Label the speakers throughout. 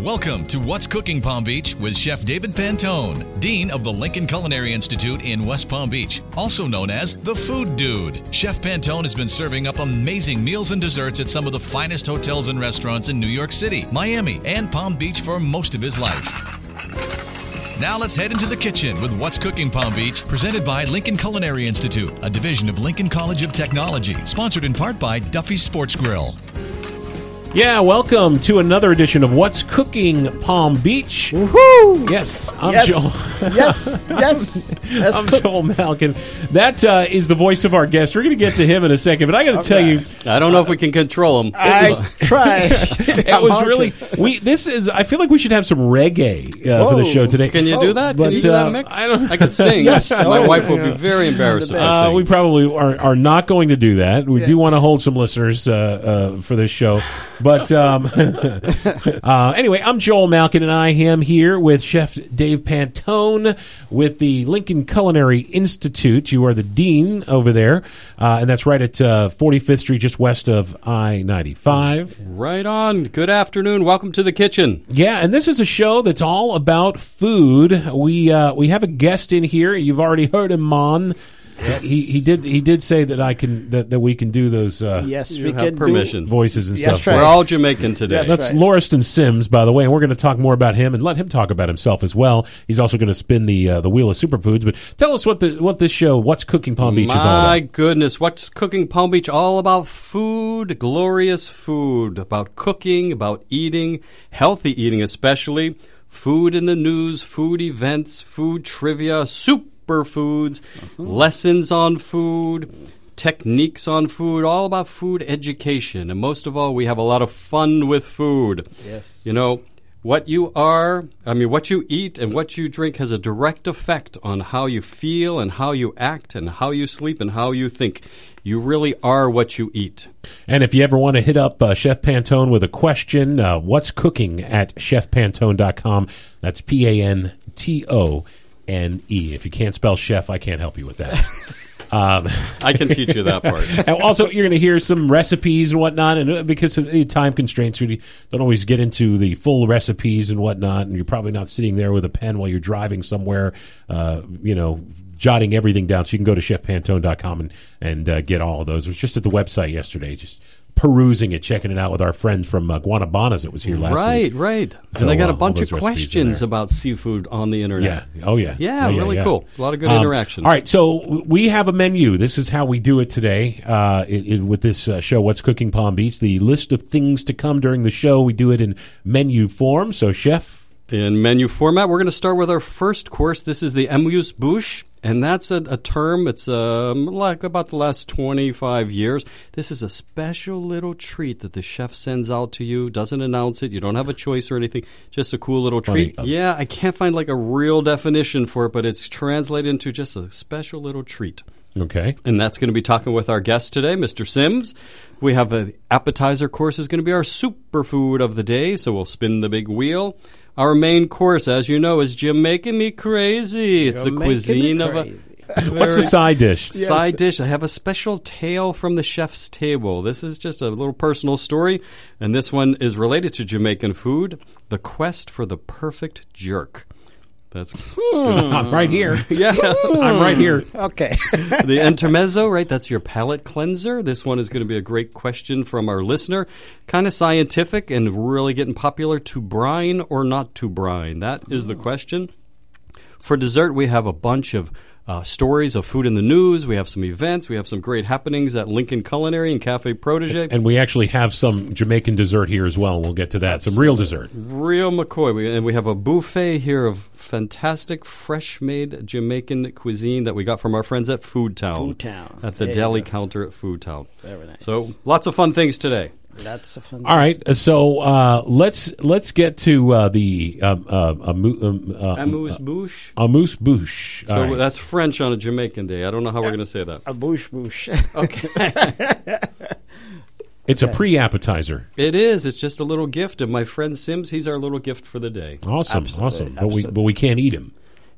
Speaker 1: Welcome to What's Cooking Palm Beach with Chef David Pantone, Dean of the Lincoln Culinary Institute in West Palm Beach, also known as the Food Dude. Chef Pantone has been serving up amazing meals and desserts at some of the finest hotels and restaurants in New York City, Miami, and Palm Beach for most of his life. Now let's head into the kitchen with What's Cooking Palm Beach, presented by Lincoln Culinary Institute, a division of Lincoln College of Technology, sponsored in part by Duffy's Sports Grill.
Speaker 2: Yeah, welcome to another edition of What's Cooking Palm Beach.
Speaker 3: Woohoo!
Speaker 2: Yes, I'm
Speaker 3: Mm. yes.
Speaker 2: Joel.
Speaker 3: yes, yes. That's
Speaker 2: I'm
Speaker 3: cook-
Speaker 2: Joel Malkin. That uh, is the voice of our guest. We're going to get to him in a second, but I got to tell you,
Speaker 4: I don't know if we can control them.
Speaker 3: I tried.
Speaker 2: it was really we. This is. I feel like we should have some reggae uh, for the
Speaker 3: Whoa. Oh,
Speaker 2: show today.
Speaker 4: can you do that?
Speaker 2: But,
Speaker 4: can you do
Speaker 2: uh,
Speaker 4: that mix?
Speaker 2: I don't-
Speaker 4: I could sing.
Speaker 3: Yes,
Speaker 4: My
Speaker 3: oh,
Speaker 4: wife will
Speaker 2: yeah.
Speaker 4: be very embarrassed if I
Speaker 2: Uh,
Speaker 4: sing.
Speaker 2: we probably are, are not going to do that. We
Speaker 3: Yeah.
Speaker 2: do want to hold some listeners uh, uh, for this show. But um, uh, anyway, I'm Joel Malkin, and I am here with Chef Dave Pantone with the Lincoln Culinary Institute. You are the dean over there, uh, and that's right at uh, 45th Street, just west of I 95.
Speaker 4: right on. Good afternoon. Welcome to the kitchen.
Speaker 2: Yeah, and this is a show that's all about food. We uh, we have a guest in here. You've already heard him, Mon. He he did he did say that I can that, that we can do those uh,
Speaker 3: Yes,
Speaker 4: You
Speaker 3: we
Speaker 4: have
Speaker 3: can
Speaker 4: permission.
Speaker 2: voices and
Speaker 3: Yes,
Speaker 2: stuff.
Speaker 3: right.
Speaker 4: We're all Jamaican today.
Speaker 3: Yes.
Speaker 2: That's
Speaker 3: right.
Speaker 2: Lauriston Sims, by the way, and we're going to talk more about him and let him talk about himself as well. He's also going to spin the uh, the wheel of superfoods. But tell us what the what this show, what's cooking Palm Beach, is all
Speaker 4: My
Speaker 2: about.
Speaker 4: goodness, what's cooking Palm Beach all about? Food, glorious food, about cooking, about eating, healthy eating especially. Food in the news, food events, food trivia, superfoods,
Speaker 2: Uh-huh.
Speaker 4: lessons on food, techniques on food, all about food education. And most of all, we have a lot of fun with food.
Speaker 3: Yes.
Speaker 4: You know, what you are, I mean, what you eat and what you drink has a direct effect on how you feel and how you act and how you sleep and how you think. You really are what you eat.
Speaker 2: And if you ever want to hit up uh, Chef Pantone with a question, uh, what's cooking at chefpantone.com. That's P A N T O N E. If you can't spell chef, I can't help you with that. um,
Speaker 4: I can teach you that part.
Speaker 2: and also, you're going to hear some recipes and whatnot, and uh, because of the time constraints, we don't always get into the full recipes and whatnot. And you're probably not sitting there with a pen while you're driving somewhere, uh, you know, jotting everything down. So you can go to chefpantone.com and and uh, get all of those. It was just at the website yesterday, just perusing it, checking it out with our friend from uh, Guanabanas that was here last week.
Speaker 4: right, right.
Speaker 2: So,
Speaker 4: and I got
Speaker 2: uh,
Speaker 4: a bunch
Speaker 2: all
Speaker 4: of
Speaker 2: those recipes are
Speaker 4: questions
Speaker 2: there.
Speaker 4: about seafood on the
Speaker 2: Yeah.
Speaker 4: internet.
Speaker 2: Oh, yeah.
Speaker 4: Yeah,
Speaker 2: Oh,
Speaker 4: really cool. A lot of good interaction.
Speaker 2: All right, so w- we have a menu. This is how we do it today uh, it, it- with this uh, show, What's Cooking Palm Beach. The list of things to come during the show, we do it in menu form. So, chef,
Speaker 4: In menu format, we're going to start with our first course. This is the amuse bouche, and that's a, a term. It's um, like about the last 25 years. This is a special little treat that the chef sends out to you. Doesn't announce it. You don't have a choice or anything. Just a cool little treat.
Speaker 2: Funny.
Speaker 4: Yeah, I can't find like a real definition for it, but it's translated into just a special little treat.
Speaker 2: okay.
Speaker 4: And that's going to be talking with our guest today, Mr. Sims. We have an appetizer course is going to be our superfood of the day, so we'll spin the big wheel. Our main course, as you know, is Jamaican me crazy. It's the
Speaker 3: Jamaican me
Speaker 4: cuisine of a
Speaker 3: crazy.
Speaker 2: What's the side dish?
Speaker 4: side dish. I have a special tale from the chef's table. This is just a little personal story, and this one is related to Jamaican food: the quest for the perfect jerk. That's
Speaker 2: I'm right here.
Speaker 4: yeah.
Speaker 2: I'm right here.
Speaker 3: Okay.
Speaker 4: the intermezzo, right? That's your palate cleanser. This one is going to be a great question from our listener. Kind of scientific and really getting popular. To brine or not to brine? That is the question. For dessert, we have a bunch of uh, stories of food in the news. We have some events. We have some great happenings at Lincoln Culinary and Cafe Protege.
Speaker 2: And we actually have some Jamaican dessert here as well, and we'll get to that. Some real dessert.
Speaker 4: Real McCoy. We, and we have a buffet here of fantastic fresh made Jamaican cuisine that we got from our friends at Food Town.
Speaker 3: Food Town.
Speaker 4: At the
Speaker 3: There you
Speaker 4: deli
Speaker 3: go.
Speaker 4: counter at Food Town.
Speaker 3: Very nice.
Speaker 4: So lots of fun things today.
Speaker 3: That's a fun.
Speaker 2: All right, uh, so uh, let's let's get to uh, the um, uh, amu- um, uh,
Speaker 4: Amuse bouche.
Speaker 2: amuse bouche. All
Speaker 4: So
Speaker 2: right.
Speaker 4: that's French on a Jamaican day. I don't know how we're going to say that.
Speaker 3: A boosh boosh.
Speaker 2: It's a pre appetizer.
Speaker 4: It is. It's just a little gift. And my friend Sims, he's our little gift for the day.
Speaker 2: Awesome, awesome. But we but we can't eat him.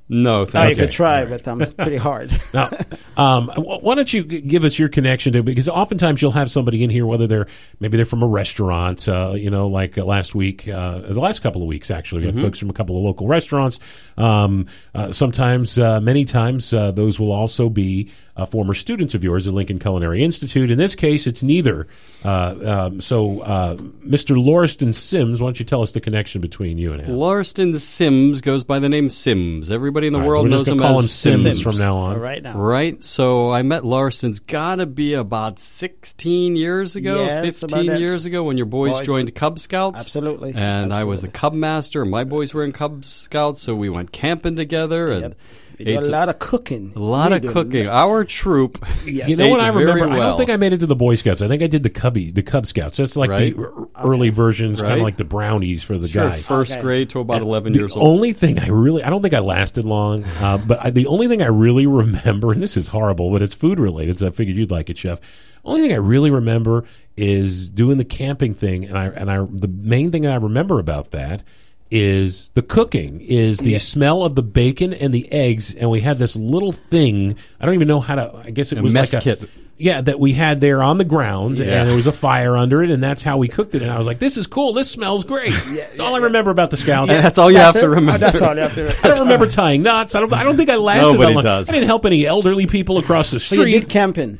Speaker 4: No,
Speaker 3: Oh,
Speaker 4: thank
Speaker 3: you could
Speaker 4: you.
Speaker 3: try, but I'm pretty hard.
Speaker 2: Now, um, wh- why don't you g- give us your connection to because oftentimes you'll have somebody in here, whether they're maybe they're from a restaurant, uh, you know, like uh, last week, uh, the last couple of weeks actually, we had folks from a couple of local restaurants. Um, uh, sometimes, uh, many times, uh, those will also be uh, former students of yours at Lincoln Culinary Institute. In this case, it's neither. Uh, um, so, uh, Mr. Lauriston Sims, why don't you tell us the connection between you and him?
Speaker 4: Larston Sims goes by the name Sims. Everybody in the
Speaker 2: All right,
Speaker 4: world
Speaker 2: we're just
Speaker 4: knows
Speaker 2: gonna
Speaker 4: him
Speaker 2: call
Speaker 4: as
Speaker 2: him Sims
Speaker 4: Sims.
Speaker 2: from now on.
Speaker 3: All right now.
Speaker 4: Right? So I met Larson's gotta be about 16 years ago,
Speaker 3: Yeah, it's about
Speaker 4: 15
Speaker 3: that.
Speaker 4: years ago when your boys,
Speaker 3: Boys.
Speaker 4: joined Cub Scouts.
Speaker 3: Absolutely.
Speaker 4: And I was the Cub Master, and my boys were in Cub Scouts, so we went camping together and
Speaker 3: We do a
Speaker 4: ate
Speaker 3: lot of cooking.
Speaker 4: a lot
Speaker 3: We
Speaker 4: of
Speaker 3: do.
Speaker 4: cooking. Our troop.
Speaker 3: Yes.
Speaker 2: You know
Speaker 4: Ate
Speaker 2: what I
Speaker 4: very
Speaker 2: remember? I don't
Speaker 4: well.
Speaker 2: think I made it to the Boy Scouts. I think I did the Cubby, the Cub Scouts. That's like
Speaker 4: Right.
Speaker 2: the r- early versions, kind
Speaker 4: Right.
Speaker 2: of like the brownies for the
Speaker 4: Sure,
Speaker 2: guys.
Speaker 4: first
Speaker 3: Okay.
Speaker 4: grade to about 11
Speaker 2: The
Speaker 4: years old.
Speaker 2: only thing I really, I don't think I lasted long, uh, but I, the only thing I really remember, and this is horrible, but it's food related, so I figured you'd like it, Chef. Only thing I really remember is doing the camping thing, and I and I the main thing that I remember about that is the cooking, is the smell of the bacon and the eggs, and we had this little thing. I don't even know how to. I guess it
Speaker 4: A
Speaker 2: was
Speaker 4: mess
Speaker 2: like a
Speaker 4: kit.
Speaker 2: yeah, that we had there on the ground, and there was a fire under it, and that's how we cooked it. And I was like, "This is cool. This smells great." that's all I remember about the scouts.
Speaker 4: That's all you
Speaker 3: That's
Speaker 4: have
Speaker 3: it?
Speaker 4: to remember.
Speaker 3: Oh, that's all you have to
Speaker 2: I
Speaker 3: remember.
Speaker 2: don't remember tying knots. I don't. I don't think I lasted
Speaker 4: Nobody
Speaker 2: that long.
Speaker 4: does.
Speaker 2: I didn't help any elderly people across the
Speaker 3: So you
Speaker 2: street.
Speaker 3: did camping.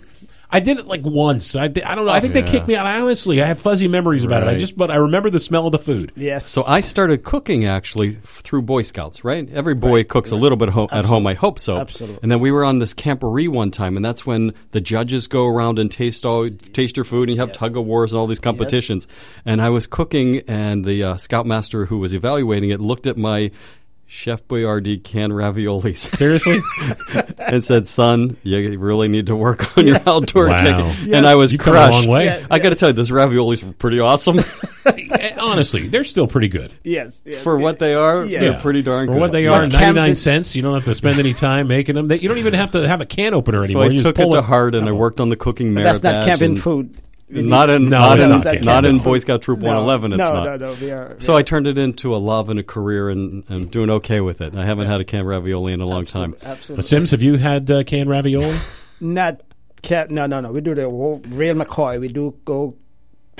Speaker 2: I did it like once. I, did, I don't know. I think they
Speaker 4: Yeah.
Speaker 2: kicked me out. I honestly, I have fuzzy memories about it. I
Speaker 4: Right.
Speaker 2: just, but I remember the smell of the food.
Speaker 3: Yes.
Speaker 4: So I started cooking actually through Boy Scouts, right? Every boy cooks a little bit ho- at home, I hope so.
Speaker 3: Absolutely.
Speaker 4: And then we were on this camperee one time, and that's when the judges go around and taste all taste your food, and you have tug of wars and all these competitions. And I was cooking, and the uh, scoutmaster who was evaluating it looked at my Chef Boyardee canned raviolis
Speaker 2: Seriously,
Speaker 4: and said, "Son, you really need to work on your outdoor
Speaker 2: Wow.
Speaker 4: cooking." And I was
Speaker 2: you come a
Speaker 4: crushed.
Speaker 2: long way.
Speaker 3: Yeah.
Speaker 4: I got to tell you, those raviolis were pretty awesome.
Speaker 2: eh, honestly, they're still pretty good.
Speaker 3: yes. yes.
Speaker 4: For what they are,
Speaker 3: Yeah.
Speaker 4: they're pretty darn
Speaker 2: For
Speaker 4: good.
Speaker 2: what they
Speaker 3: Like
Speaker 2: are, ninety nine
Speaker 3: camping-
Speaker 2: cents. You don't have to spend any time making them. They, you don't even have to have a can opener
Speaker 4: So
Speaker 2: anymore.
Speaker 4: I
Speaker 2: You just
Speaker 4: took it
Speaker 2: pull
Speaker 4: to heart and I worked on the cooking merit
Speaker 3: That's not
Speaker 4: badge
Speaker 3: camping
Speaker 4: and-
Speaker 3: food.
Speaker 4: Not in
Speaker 2: No,
Speaker 4: not
Speaker 2: it's
Speaker 4: in
Speaker 2: not
Speaker 4: not,
Speaker 2: camping
Speaker 4: in
Speaker 2: food.
Speaker 4: Boy Scout Troop
Speaker 3: No.
Speaker 4: 111. It's
Speaker 3: no,
Speaker 4: not.
Speaker 3: No, no, we are.
Speaker 4: So I turned it into a love and a career and I'm doing okay with it. I haven't had a canned ravioli in a long time.
Speaker 3: Absolutely.
Speaker 2: Sims, have you had uh, canned ravioli?
Speaker 3: Not cat. No, no, no. We do the whole real McCoy. We do go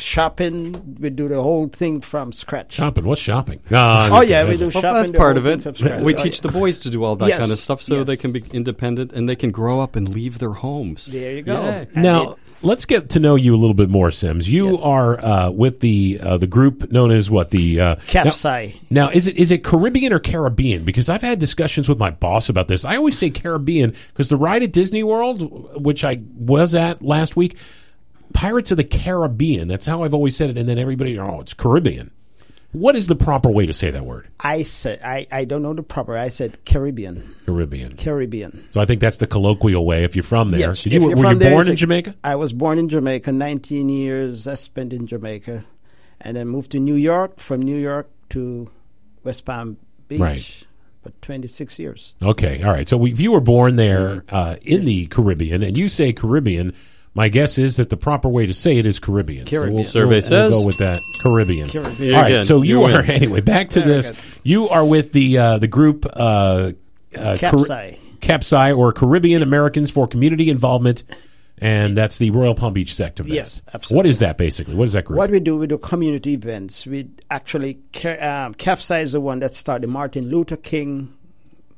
Speaker 3: shopping. We do the whole thing from scratch.
Speaker 2: shopping? What's shopping? Uh,
Speaker 3: Oh yeah, we do
Speaker 4: Well,
Speaker 3: shopping.
Speaker 4: that's
Speaker 3: the
Speaker 4: part
Speaker 3: whole
Speaker 4: of it.
Speaker 3: thing from scratch.
Speaker 4: We
Speaker 3: Oh,
Speaker 4: teach
Speaker 3: yeah.
Speaker 4: the boys to do all that
Speaker 3: Yes,
Speaker 4: kind of stuff so
Speaker 3: yes.
Speaker 4: they can be independent and they can grow up and leave their homes.
Speaker 3: There you go.
Speaker 4: Yeah.
Speaker 3: And
Speaker 2: Now,
Speaker 3: it-
Speaker 2: let's get to know you a little bit more, Sims. You are uh, with the uh, the group known as what the uh,
Speaker 3: Capsai.
Speaker 2: Now, now, is it is it Caribbean or Caribbean? Because I've had discussions with my boss about this. I always say Caribbean because the ride at Disney World, which I was at last week, Pirates of the Caribbean. That's how I've always said it. And then everybody, oh, it's Caribbean. What is the proper way to say that word?
Speaker 3: I said I, I don't know the proper. I said Caribbean.
Speaker 2: Caribbean.
Speaker 3: Caribbean.
Speaker 2: So I think that's the colloquial way if you're from there.
Speaker 3: Yes.
Speaker 2: Did
Speaker 3: if
Speaker 2: you,
Speaker 3: you're
Speaker 2: were
Speaker 3: from
Speaker 2: you
Speaker 3: there,
Speaker 2: born
Speaker 3: it's
Speaker 2: in
Speaker 3: a-
Speaker 2: Jamaica?
Speaker 3: I was born in Jamaica. 19 years I spent in Jamaica, and then moved to New York. From New York to West Palm Beach.
Speaker 2: Right.
Speaker 3: But 26 years.
Speaker 2: Okay, all right. So we, if you were born there
Speaker 3: Mm-hmm.
Speaker 2: uh, in the Caribbean and you say Caribbean, my guess is that the proper way to say it is Caribbean. So
Speaker 3: Caribbean.
Speaker 4: Survey
Speaker 2: we'll
Speaker 4: says?
Speaker 2: go with that Caribbean.
Speaker 3: Caribbean.
Speaker 2: All right.
Speaker 4: Again,
Speaker 2: so you
Speaker 4: you win.
Speaker 2: are anyway. Back to this.
Speaker 3: good.
Speaker 2: You are with the uh, the group. Uh, uh, Cari-
Speaker 3: Capsai.
Speaker 2: Capsai or Caribbean Americans for Community Involvement, and that's the Royal Palm Beach sect of that.
Speaker 3: Yes, absolutely.
Speaker 2: What is that basically? What is that group?
Speaker 3: What we do, we do community events. We actually, ca- um, CAFSA is the one that started Martin Luther King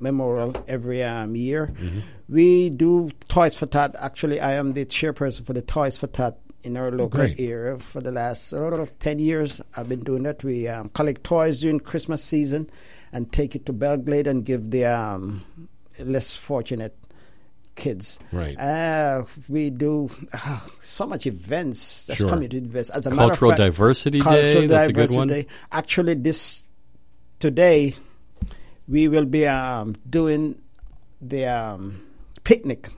Speaker 3: Memorial every um, year.
Speaker 2: Mm-hmm.
Speaker 3: We do Toys for Tot. Actually, I am the chairperson for the Toys for Tot in our local
Speaker 2: Great.
Speaker 3: area for the last uh, 10 years. I've been doing that. We um, collect toys during Christmas season and take it to Belgrade and give the um, less fortunate kids.
Speaker 2: Right.
Speaker 3: Uh, we do ah, so much events. That's
Speaker 2: Sure.
Speaker 3: community events. As a
Speaker 4: Cultural
Speaker 3: matter of fact,
Speaker 4: Diversity Day, that's a good one.
Speaker 3: Actually, this today we will be um, doing the um, picnic.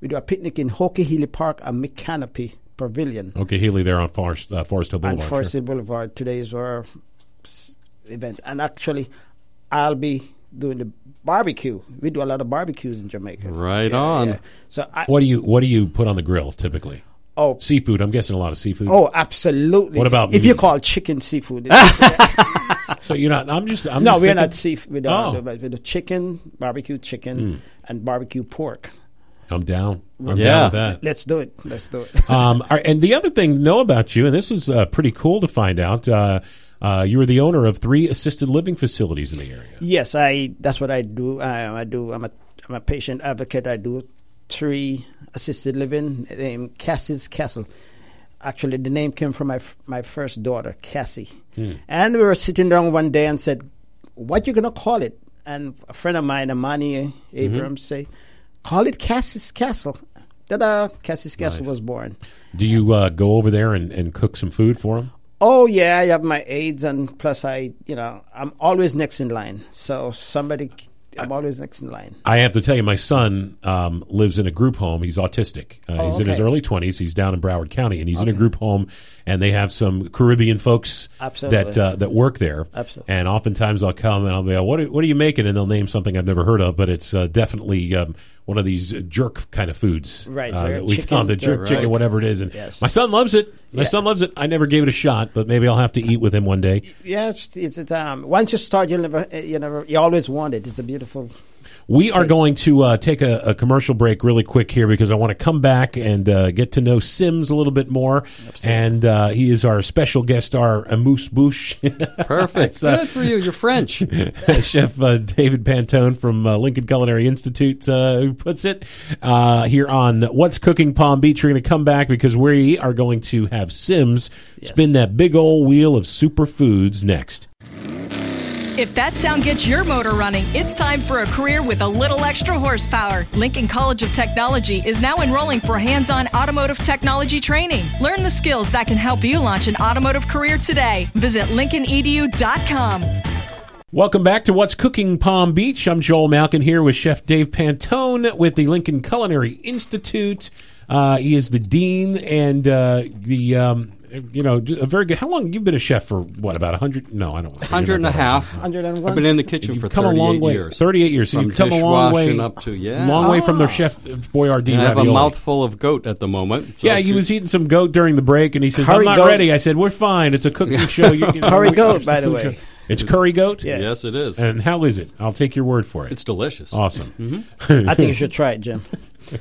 Speaker 3: We do a picnic in Hokie Healy Park and McCanopy Pavilion
Speaker 2: okay, Healy there on Forest, uh, Forest Hill
Speaker 4: Oh,
Speaker 3: on
Speaker 2: Boulevard.
Speaker 3: Forest
Speaker 2: sure.
Speaker 3: Hill Boulevard. Today is our s- event, and actually, I'll be doing the barbecue. We do a lot of barbecues in Jamaica.
Speaker 4: Right on.
Speaker 3: So I,
Speaker 2: What do you What do you put on the grill typically?
Speaker 3: oh
Speaker 2: Seafood. I'm guessing a lot of seafood.
Speaker 3: Oh, absolutely.
Speaker 2: What about
Speaker 3: if
Speaker 2: meat?
Speaker 3: you call chicken seafood? it's-
Speaker 2: so you're not. I'm just. I'm
Speaker 3: no,
Speaker 2: just
Speaker 3: we're
Speaker 2: thinking-
Speaker 3: not seafood. With, the-
Speaker 2: Oh.
Speaker 3: the- with the chicken, barbecue chicken, and barbecue pork.
Speaker 2: I'm down. I'm
Speaker 4: Yeah.
Speaker 2: down with that.
Speaker 3: Let's do it. Let's do it.
Speaker 2: um, all right, and the other thing to know about you, and this is uh, pretty cool to find out, uh, uh, you were the owner of three assisted living facilities in the area.
Speaker 3: yes, I. That's what I do. I, I do. I'm a I'm a patient advocate. I do three assisted living named Cassie's Castle. Actually, the name came from my f- my first daughter, Cassie. And we were sitting down one day and said, "What you gonna call it?" And a friend of mine, Amani Abrams, say, "Call it Cassie's Castle." Ta-da! Cassie's Castle was born.
Speaker 2: Do you uh, go over there and, and cook some food for them?
Speaker 3: Oh yeah, I have my aides, and plus I, you know, I'm always next in line. So somebody, I'm always next in line.
Speaker 2: I have to tell you, my son um, lives in a group home. He's autistic. Uh, he's in his
Speaker 3: Oh, okay.
Speaker 2: early 20s. He's down in Broward County, and he's in a group home, and they have some Caribbean folks that
Speaker 3: Absolutely.
Speaker 2: uh, that work there.
Speaker 3: Absolutely.
Speaker 2: And oftentimes I'll come and I'll be like, what are, what are you making? And they'll name something I've never heard of, but it's uh, definitely um, one of these jerk kind of foods.
Speaker 3: Right,
Speaker 2: Uh,
Speaker 3: they're
Speaker 2: that we
Speaker 3: chicken,
Speaker 2: call the
Speaker 3: they're
Speaker 2: jerk chicken,
Speaker 4: right.
Speaker 2: whatever it is. And
Speaker 3: Yes.
Speaker 2: my son loves it. My
Speaker 3: Yeah.
Speaker 2: son loves it. I never gave it a shot, but maybe I'll have to eat with him one day.
Speaker 3: Yeah, it's, it's a time. Once you start, you'll never, eh, you never, you always want it. It's a beautiful.
Speaker 2: We are going to uh, take a, a commercial break really quick here because I want to come back and uh, get to know Sims a little bit more. And uh, he is our special guest star, Amuse Bouche,
Speaker 4: Perfect. Good for you. You're French.
Speaker 2: Chef uh, David Pantone from uh, Lincoln Culinary Institute, uh, who puts it uh, here on What's Cooking Palm Beach. We're going to come back because we are going to have Sims spin that big old wheel of superfoods next.
Speaker 5: If that sound gets your motor running, it's time for a career with a little extra horsepower. Lincoln College of Technology is now enrolling for hands on automotive technology training. Learn the skills that can help you launch an automotive career today. Visit LincolnEDU.com.
Speaker 2: Welcome back to What's Cooking Palm Beach. I'm Joel Malkin here with Chef Dave Pantone with the Lincoln Culinary Institute. Uh, he is the dean and uh, the um, you know a very good. How long you've been a chef for? What about hundred? No, I don't. forget
Speaker 4: Hundred and a
Speaker 2: about that.
Speaker 4: half.
Speaker 3: 101.
Speaker 4: I've been in the kitchen for
Speaker 2: You've come a
Speaker 4: 38
Speaker 2: long way.
Speaker 4: years.
Speaker 2: Thirty-eight years. So
Speaker 4: From
Speaker 2: you've come a long way.
Speaker 4: dishwashing up to- yeah. Ah.
Speaker 2: Long way from the chef uh, Boyardee.
Speaker 4: And I have a
Speaker 2: ravioli.
Speaker 4: mouthful of goat at the moment. so
Speaker 2: Yeah, he was eating some goat during the break, and he says, "I'm
Speaker 3: Curry
Speaker 2: not
Speaker 3: goat.
Speaker 2: ready." I said, "We're fine. It's a cooking show." You, you know,
Speaker 3: Curry
Speaker 2: we-
Speaker 3: goat, by the way.
Speaker 2: It's curry goat.
Speaker 3: Yeah.
Speaker 4: Yes, it is.
Speaker 2: And Oh, how is it? I'll take your word for it.
Speaker 4: It's delicious.
Speaker 2: Awesome.
Speaker 4: Mm-hmm.
Speaker 3: I think you should try it, Jim.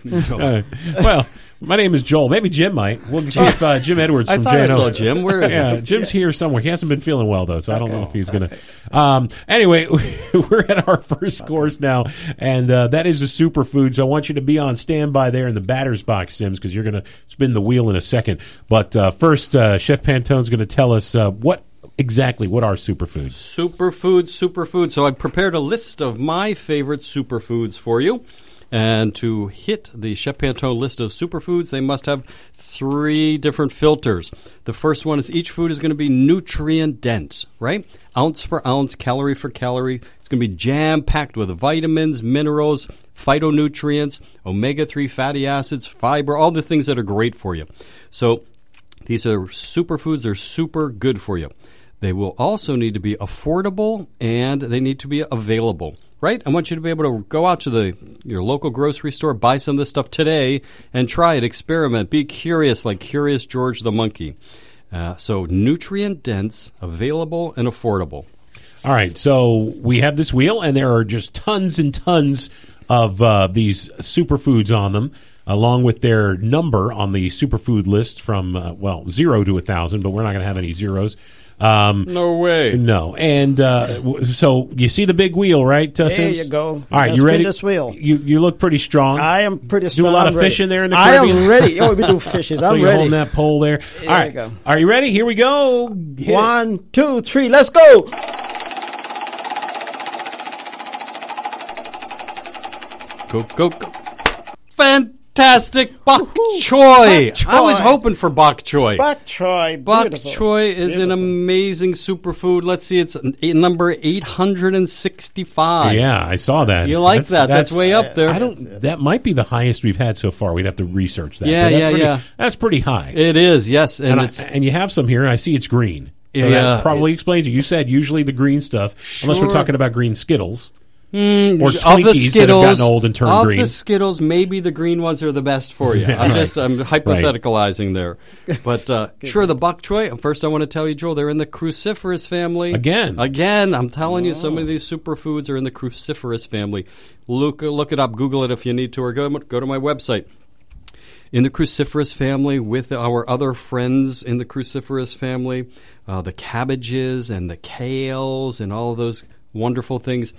Speaker 2: Uh, well, my name is Joel. Maybe Jim might. We'll see if uh, Jim Edwards
Speaker 4: I
Speaker 2: from
Speaker 4: thought I
Speaker 2: JNO.
Speaker 4: saw Jim. Where is
Speaker 2: Yeah,
Speaker 4: he?
Speaker 2: Jim's here somewhere. He hasn't been feeling well though, so I don't know if he's going to. Um, anyway, we're at our first course now, and uh, that is the superfood. So I want you to be on standby there in the batter's box, Sims, because you're going to spin the wheel in a second. But uh, first, uh, Chef Pantone's going to tell us uh, what exactly what are superfoods.
Speaker 4: Superfood, superfood. So I prepared a list of my favorite superfoods for you. And to hit the Chef Pantone list of superfoods, they must have three different filters. The first one is each food is going to be nutrient dense, right? Ounce for ounce, calorie for calorie. It's going to be jam packed with vitamins, minerals, phytonutrients, omega 3 fatty acids, fiber, all the things that are great for you. So these are superfoods. They're super good for you. They will also need to be affordable and they need to be available. Right? I want you to be able to go out to the your local grocery store, buy some of this stuff today, and try it. Experiment. Be curious, like Curious George the monkey. Uh, so nutrient dense, available, and affordable.
Speaker 2: All right, so we have this wheel, and there are just tons and tons of uh, these superfoods on them, along with their number on the superfood list from uh, well zero to a thousand. But we're not going to have any zeros. Um,
Speaker 4: No way.
Speaker 2: no, and uh, w- so you see the big wheel, right? Uh,
Speaker 3: There you
Speaker 2: Sims?
Speaker 3: go.
Speaker 2: All right,
Speaker 3: Now
Speaker 2: you
Speaker 3: spin
Speaker 2: ready?
Speaker 3: this wheel.
Speaker 2: You you look pretty strong.
Speaker 3: I am pretty.
Speaker 2: Do a
Speaker 3: strong.
Speaker 2: lot
Speaker 3: I'm
Speaker 2: of
Speaker 3: ready.
Speaker 2: fishing there in the
Speaker 3: I
Speaker 2: Caribbean?
Speaker 3: am ready. Oh, we do fishes.
Speaker 2: so
Speaker 3: I'm
Speaker 2: you're
Speaker 3: ready.
Speaker 2: holding that pole there. All
Speaker 3: you
Speaker 2: right,
Speaker 3: go.
Speaker 2: are you ready? Here we go. Hit it.
Speaker 3: One, two, three. Let's go.
Speaker 4: Go go go! Fantastic bok choy.
Speaker 3: Bok
Speaker 4: I was
Speaker 3: choy.
Speaker 4: hoping for bok choy.
Speaker 3: Bok choy.
Speaker 4: Bok
Speaker 3: beautiful.
Speaker 4: choy is an amazing superfood. Let's see, it's n- eight- number 865.
Speaker 2: Yeah, I saw that.
Speaker 4: You like that. That's way up there.
Speaker 2: I don't. That might be the highest we've had so far. We'd have to research that.
Speaker 4: Yeah,
Speaker 2: But that's
Speaker 4: yeah,
Speaker 2: pretty,
Speaker 4: yeah.
Speaker 2: That's pretty high.
Speaker 4: It is, yes. And,
Speaker 2: and, I-
Speaker 4: it's
Speaker 2: and you have some here. and I see it's green. So
Speaker 4: Yeah.
Speaker 2: that probably explains it. You said usually the green stuff, unless we're
Speaker 4: Sure. Hmm,
Speaker 2: talking about green Skittles. or
Speaker 4: of the
Speaker 2: Twinkies that have
Speaker 4: Skittles,
Speaker 2: gotten old and turned
Speaker 4: of
Speaker 2: green.
Speaker 4: the Skittles, maybe the green ones are the best for you. I'm just I'm hypotheticalizing there, but uh, sure, the bok choy. First, I want to tell you, Joel, they're in the cruciferous family
Speaker 2: Again.
Speaker 4: Again, I'm telling you,
Speaker 3: Oh.
Speaker 4: some of these superfoods are in the cruciferous family. Look look it up, Google it if you need to, or go go to my website in the cruciferous family with our other friends in the cruciferous family, uh, the cabbages and the kales and all of those wonderful things.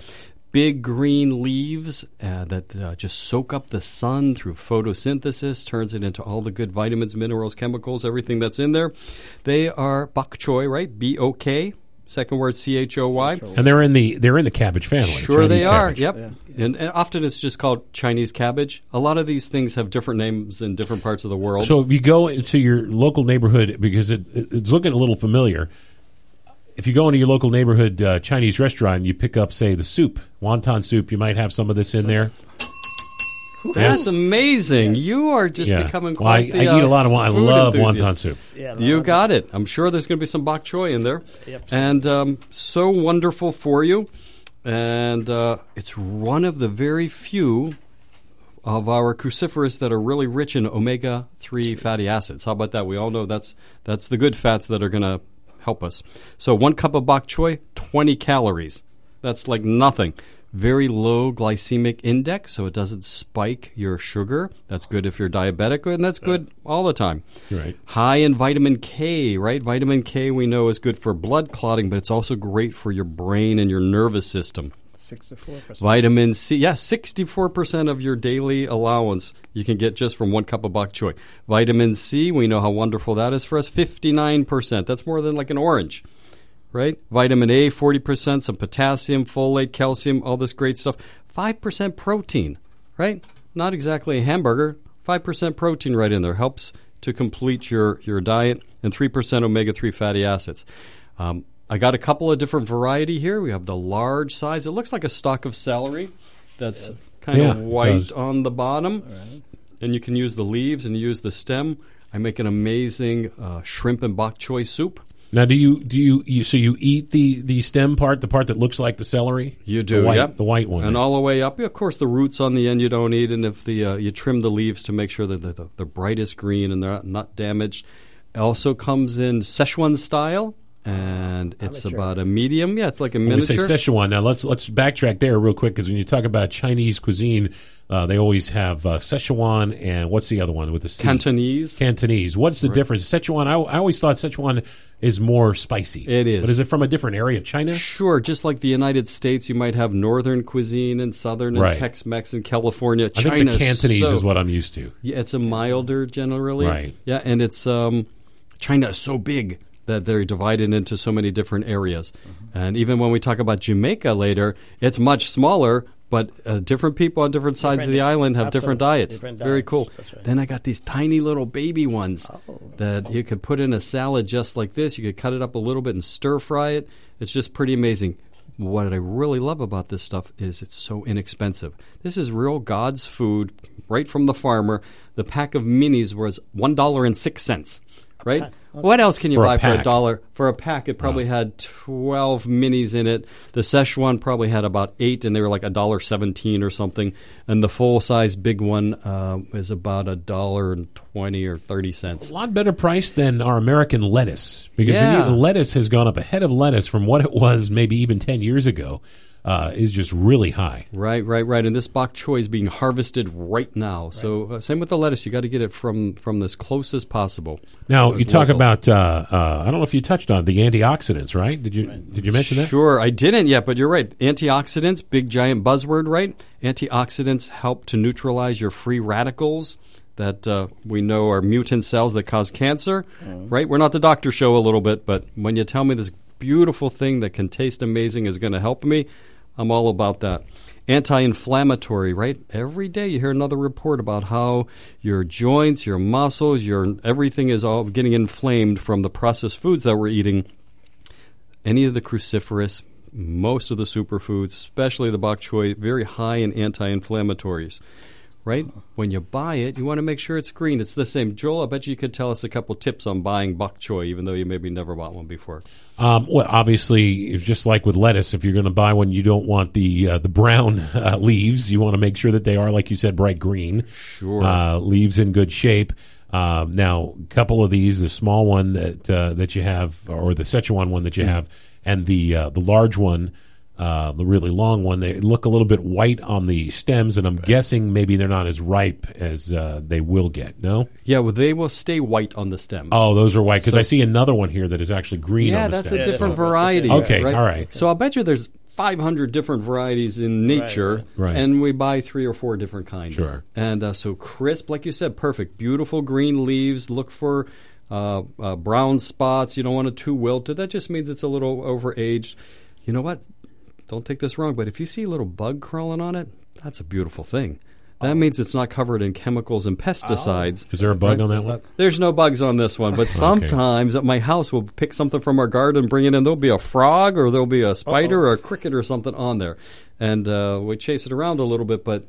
Speaker 4: Big green leaves uh, that uh, just soak up the sun through photosynthesis, turns it into all the good vitamins, minerals, chemicals, everything that's in there. They are bok choy, right? B O K, second word C H O Y.
Speaker 2: and they're in the they're in the cabbage family.
Speaker 4: Sure, they
Speaker 2: Chinese
Speaker 4: are.
Speaker 2: cabbage.
Speaker 4: Yep, and, and often it's just called Chinese cabbage. A lot of these things have different names in different parts of the world.
Speaker 2: So if you go into your local neighborhood, because it, it- it's looking a little familiar, if you go into your local neighborhood uh, Chinese restaurant, you pick up, say, the soup, wonton soup. You might have some of this in there.
Speaker 4: That's amazing. You are just
Speaker 2: Yeah.
Speaker 4: becoming
Speaker 2: Well, I,
Speaker 4: quite the,
Speaker 2: I eat
Speaker 4: uh,
Speaker 2: a lot of. won- I
Speaker 4: food
Speaker 2: love wonton
Speaker 4: enthusiast.
Speaker 2: soup.
Speaker 3: Yeah,
Speaker 4: You
Speaker 3: well,
Speaker 4: got it. I'm sure there's going to be some bok choy in there. And um, so wonderful for you. And uh, it's one of the very few of our cruciferous that are really rich in omega 3 fatty acids. How about that? We all know that's that's the good fats that are going to help us. So 1 cup of bok choy, 20 calories. That's like nothing. Very low glycemic index, so it doesn't spike your sugar. That's good if you're diabetic, and that's good all the time.
Speaker 2: Right.
Speaker 4: High in vitamin K, right? Vitamin K we know is good for blood clotting, but it's also great for your brain and your nervous system.
Speaker 3: 64%.
Speaker 4: Vitamin C, yeah, 64% of your daily allowance you can get just from one cup of bok choy. Vitamin C, we know how wonderful that is for us, 59%. That's more than like an orange, right? Vitamin A, 40%, some potassium, folate, calcium, all this great stuff. 5% protein, right? Not exactly a hamburger. 5% protein right in there helps to complete your, your diet, and 3% omega 3 fatty acids. Um, I got a couple of different variety here. We have the large size. It looks like a stalk of celery that's kind
Speaker 2: Yeah,
Speaker 4: of
Speaker 2: it
Speaker 4: white
Speaker 2: does.
Speaker 4: on the bottom. And you can use the leaves and use the stem. I make an amazing uh, shrimp and bok choy soup.
Speaker 2: Now, do you do you, you so you eat the the stem part, the part that looks like the celery?
Speaker 4: You do,
Speaker 2: the white,
Speaker 4: yep.
Speaker 2: the white one.
Speaker 4: and all the way up. Yeah, of course, the roots on the end you don't eat, and if the uh, you trim the leaves to make sure that they're the, the brightest green and they're not- not damaged. It also comes in Szechuan style, and it's about a medium. Yeah, it's like a
Speaker 2: When we say
Speaker 4: miniature.
Speaker 2: Szechuan. Now let's let's backtrack there real quick because when you talk about Chinese cuisine, uh, they always have uh, Szechuan and what's the other one with the C?
Speaker 4: Cantonese.
Speaker 2: Cantonese. What's the difference? Sichuan. I, I always thought Sichuan is more spicy.
Speaker 4: It is.
Speaker 2: But is it from a different area of China?
Speaker 4: Sure, just like the United States, you might have northern cuisine and southern
Speaker 2: Right.
Speaker 4: and Tex-Mex and California.
Speaker 2: I
Speaker 4: China
Speaker 2: think the Cantonese
Speaker 4: so-
Speaker 2: is what I'm used to.
Speaker 4: Yeah, it's a milder generally.
Speaker 2: Right.
Speaker 4: Yeah, and it's um, China is so big that they're divided into so many different areas.
Speaker 3: Mm-hmm.
Speaker 4: And even when we talk about Jamaica later, it's much smaller, but uh, different people on different sides of the island have different
Speaker 3: absolutely,
Speaker 4: diets.
Speaker 3: different
Speaker 4: Very
Speaker 3: diets,
Speaker 4: cool.
Speaker 3: that's right.
Speaker 4: Then I got these tiny little baby ones that you could put in a salad just like this. You could cut it up a little bit and stir fry it. It's just pretty amazing. What I really love about this stuff is it's so inexpensive. This is real God's food right from the farmer. The pack of minis was one dollar and six cents. Right? What else can you
Speaker 2: For a
Speaker 4: buy for a
Speaker 2: pack.
Speaker 4: dollar? For a pack, it probably had twelve minis in it. The Szechuan probably had about eight, and they were like a dollar seventeen or something. And the full size big one uh, is about a dollar and twenty or thirty cents.
Speaker 2: A lot better price than our American lettuce because when
Speaker 4: Yeah.
Speaker 2: you- lettuce has gone up. A head of lettuce from what it was maybe even 10 years ago uh, is just really high.
Speaker 4: Right, right, right. And this bok choy is being harvested right now. So uh, same with the lettuce. You got to get it from from as close as possible.
Speaker 2: Now,
Speaker 4: So
Speaker 2: you
Speaker 4: it's
Speaker 2: talk
Speaker 4: local.
Speaker 2: about, uh, uh, I don't know if you touched on it, the antioxidants, right? Did you, did you mention that?
Speaker 4: Sure, I didn't yet, but you're right. Antioxidants, big giant buzzword, right? Antioxidants help to neutralize your free radicals that uh, we know are mutant cells that cause cancer,
Speaker 2: Mm.
Speaker 4: right? We're not the doctor show a little bit, but when you tell me this beautiful thing that can taste amazing is going to help me, I'm all about that. Anti inflammatory, right? Every day you hear another report about how your joints, your muscles, your everything is all getting inflamed from the processed foods that we're eating any of the cruciferous, most of the superfoods, especially the bok choy, very high in anti inflammatories. right? When you buy it, you want to make sure it's green. It's the same. Joel, I bet you could tell us a couple tips on buying bok choy, even though you maybe never bought one before.
Speaker 2: Um, well, obviously, if- just like with lettuce, if you're going to buy one, you don't want the uh, the brown uh, leaves. You want to make sure that they are, like you said, bright green. Sure, uh, leaves in good shape. Um, now, a couple of these, the small one that uh, that you have, or the Sichuan one that you have, and the uh, the large one, uh, the really long one, they look a little bit white on the stems, and I'm guessing maybe they're not as ripe as uh, they will get. No,
Speaker 4: Yeah, well, they will stay white on the stems.
Speaker 2: oh, those are white because I see another one here that is actually green.
Speaker 4: yeah,
Speaker 2: on the
Speaker 4: that's
Speaker 2: stems.
Speaker 4: a different
Speaker 2: So-
Speaker 4: variety.
Speaker 2: Okay,
Speaker 4: right?
Speaker 2: all right.
Speaker 4: So I bet you there's 500 different varieties in nature,
Speaker 2: Right.
Speaker 4: and we buy three or four different kinds.
Speaker 2: Sure.
Speaker 4: And uh, so crisp, like you said, perfect, beautiful green leaves. Look for uh, uh, brown spots. You don't want it too wilted. That just means it's a little overaged. You know what? Don't take this wrong, but if you see a little bug crawling on it, that's a beautiful thing. That
Speaker 2: Oh.
Speaker 4: means it's not covered in chemicals and pesticides.
Speaker 2: Is there a bug on that one?
Speaker 4: There's no bugs on this one, but sometimes at my house we'll pick something from our garden, bring it in. There'll be a frog, or there'll be a spider, or a cricket, or something on there, and uh, we chase it around a little bit. But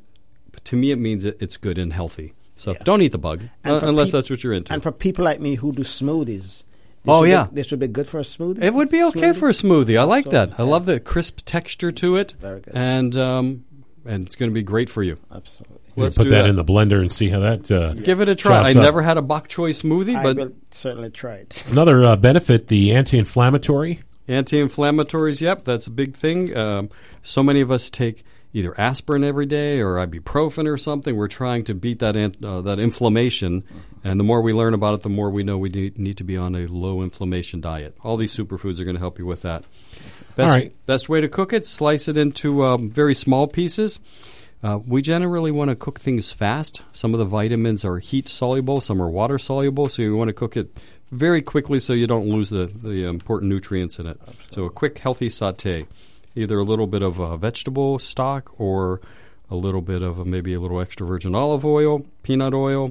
Speaker 4: to me, it means it, it's good and healthy. So don't eat the bug
Speaker 3: And
Speaker 4: uh,
Speaker 3: for
Speaker 4: unless
Speaker 3: peop-
Speaker 4: that's what you're into.
Speaker 3: And for people like me who do smoothies, this
Speaker 4: Oh,
Speaker 3: would be-
Speaker 4: yeah.
Speaker 3: this would be good for a smoothie.
Speaker 4: it would be okay
Speaker 3: Smoothie?
Speaker 4: for a smoothie. I like
Speaker 3: So,
Speaker 4: that. I love the crisp texture to it,
Speaker 3: Very good.
Speaker 4: and um, and it's going to be great for you.
Speaker 3: Absolutely.
Speaker 2: We'll
Speaker 4: Let's
Speaker 2: put
Speaker 4: do
Speaker 2: that,
Speaker 4: that.
Speaker 2: in the blender and see how that. Uh,
Speaker 4: Give it a try.
Speaker 2: chops
Speaker 4: I
Speaker 2: up.
Speaker 4: never had a bok choy smoothie,
Speaker 3: I
Speaker 4: but
Speaker 3: will certainly try it.
Speaker 2: Another uh, benefit: the anti-inflammatory.
Speaker 4: Anti-inflammatories, yep, that's a big thing. Um, so many of us take either aspirin every day or ibuprofen or something. We're trying to beat that ant- uh, that inflammation, and the more we learn about it, the more we know we do- need to be on a low inflammation diet. All these superfoods are going to help you with that. Best,
Speaker 2: right.
Speaker 4: best way to cook it: slice it into um, very small pieces. Uh, we generally want to cook things fast. Some of the vitamins are heat soluble, some are water soluble, so you want to cook it very quickly so you don't lose the, the important nutrients in it. So, a quick, healthy saute. Either a little bit of uh, vegetable stock or a little bit of uh, maybe a little extra virgin olive oil, peanut oil,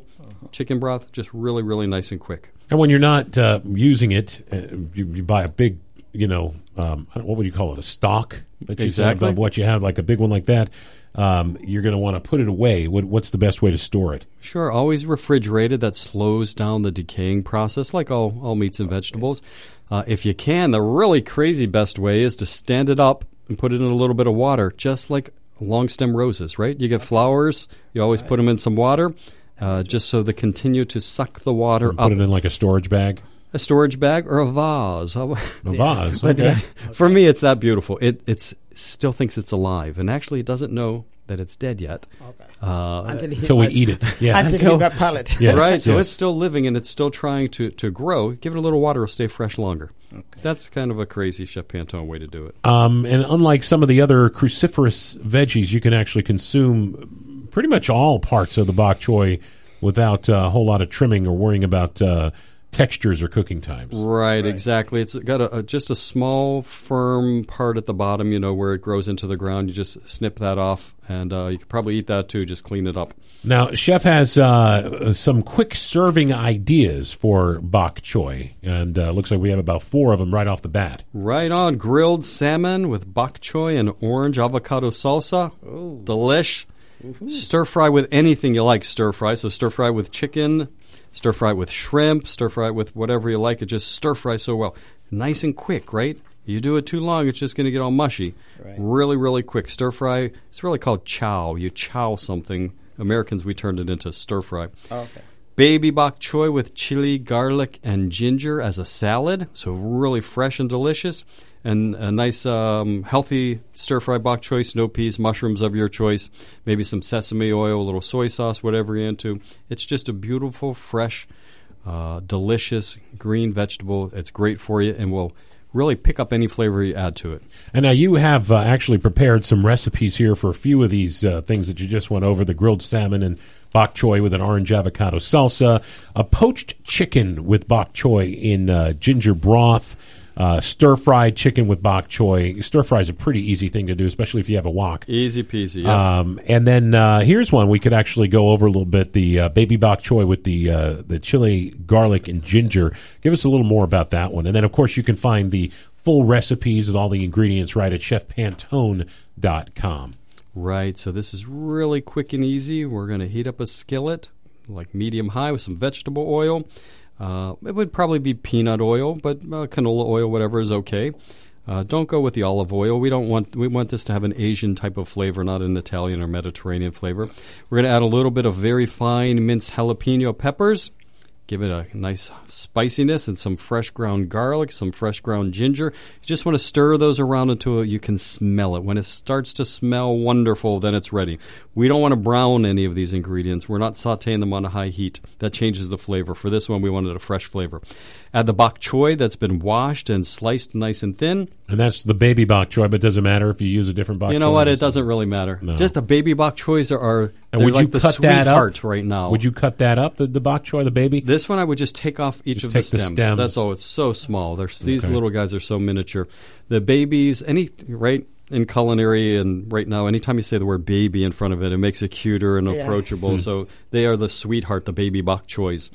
Speaker 4: chicken broth, just really, really nice and quick.
Speaker 2: And when you're not uh, using it, uh, you, you buy a big, you know, um, I don't, what would you call it? A stock that you said
Speaker 4: Exactly.
Speaker 2: about what you have, like a big one like that. Um, you're going to want to put it away. What, what's the best way to store it?
Speaker 4: Sure, always refrigerated. That slows down the decaying process, like all, all meats and vegetables. Uh, if you can, the really crazy best way is to stand it up and put it in a little bit of water, just like long stem roses, right? You get flowers, you always put 'em put them in some water. Uh, just so they continue to suck the water up.
Speaker 2: Put it in like a storage bag,
Speaker 4: A storage bag or a vase. How-
Speaker 2: a vase. Okay.
Speaker 4: For me, it's that beautiful. It it's still thinks it's alive, and actually, it doesn't know that it's dead yet.
Speaker 3: Okay.
Speaker 4: Uh,
Speaker 3: Until he hit
Speaker 2: Until we
Speaker 3: my-
Speaker 2: eat it. Yeah.
Speaker 3: Until he hit my palate.
Speaker 2: Yes,
Speaker 4: right? So
Speaker 2: yes.
Speaker 4: it's still living and it's still trying to, to grow. Give it a little water, it'll stay fresh longer. That's kind of a crazy Chef Pantone way to do it.
Speaker 2: Um, and unlike some of the other cruciferous veggies, you can actually consume pretty much all parts of the bok choy without uh, a whole lot of trimming or worrying about uh, textures or cooking times.
Speaker 4: Right, exactly. It's got a, a just a small, firm part at the bottom, you know, where it grows into the ground. You just snip that off, and uh, you could probably eat that too. Just clean it up.
Speaker 2: Now, Chef has uh, some quick serving ideas for bok choy, and uh, looks like we have about four of them right off the bat.
Speaker 4: Right on, grilled salmon with bok choy and orange avocado salsa. Delish. Stir fry with anything you like. Stir fry. So stir fry with chicken, stir fry with shrimp, stir fry with whatever you like. It just stir fry so well, nice and quick, right? You do it too long, it's just going to get all mushy. Really, really quick. Stir fry. It's really called chow. You chow something. Americans, we turned it into stir fry
Speaker 3: Okay.
Speaker 4: baby bok choy with chili, garlic, and ginger as a salad. So really fresh and delicious, and a nice um, healthy stir fry bok choy, snow peas, mushrooms of your choice, maybe some sesame oil, a little soy sauce, whatever you're into. It's just a beautiful, fresh, uh, delicious green vegetable. It's great for you, and will really pick up any flavor you add to it.
Speaker 2: And now you have uh, actually prepared some recipes here for a few of these uh, things that you just went over the grilled salmon and bok choy with an orange avocado salsa, a poached chicken with bok choy in uh, ginger broth. Uh, stir fried chicken with bok choy. Stir fry is a pretty easy thing to do, especially if you have a wok.
Speaker 4: Easy peasy. Yeah.
Speaker 2: Um, and then uh, here's one we could actually go over a little bit: the uh, baby bok choy with the uh, the chili, garlic, and ginger. Give us a little more about that one, and then of course you can find the full recipes and all the ingredients right at chefpantone.com.
Speaker 4: Right, so this is really quick and easy. We're going to heat up a skillet, like medium high, with some vegetable oil. Uh, it would probably be peanut oil, but uh, canola oil, whatever is okay. Uh, don't go with the olive oil. We don't want we want this to have an Asian type of flavor, not an Italian or Mediterranean flavor. We're going to add a little bit of very fine minced jalapeno peppers. Give it a nice spiciness and some fresh ground garlic, some fresh ground ginger. You just want to stir those around until you can smell it. When it starts to smell wonderful, then it's ready. We don't want to brown any of these ingredients. We're not sauteing them on a high heat. That changes the flavor. For this one, we wanted a fresh flavor. Add the bok choy that's been washed and sliced nice and thin.
Speaker 2: And that's the baby bok choy, but it doesn't matter if you use a different bok choy.
Speaker 4: You know what? It doesn't really matter. Just the baby bok choys are, are
Speaker 2: And
Speaker 4: they're
Speaker 2: would
Speaker 4: like
Speaker 2: you
Speaker 4: the
Speaker 2: cut that up?
Speaker 4: sweetheart right now.
Speaker 2: Would you cut that up, the, the bok choy, the baby?
Speaker 4: This one I would just take off each
Speaker 2: Just
Speaker 4: of the
Speaker 2: take the
Speaker 4: stems.
Speaker 2: stems.
Speaker 4: That's all. It's so small. There's, These
Speaker 2: Okay.
Speaker 4: little guys are so miniature. The babies, any right in culinary and right now, anytime you say the word baby in front of it, it makes it cuter and approachable.
Speaker 2: Hmm.
Speaker 4: So they are the sweetheart, the baby bok choys,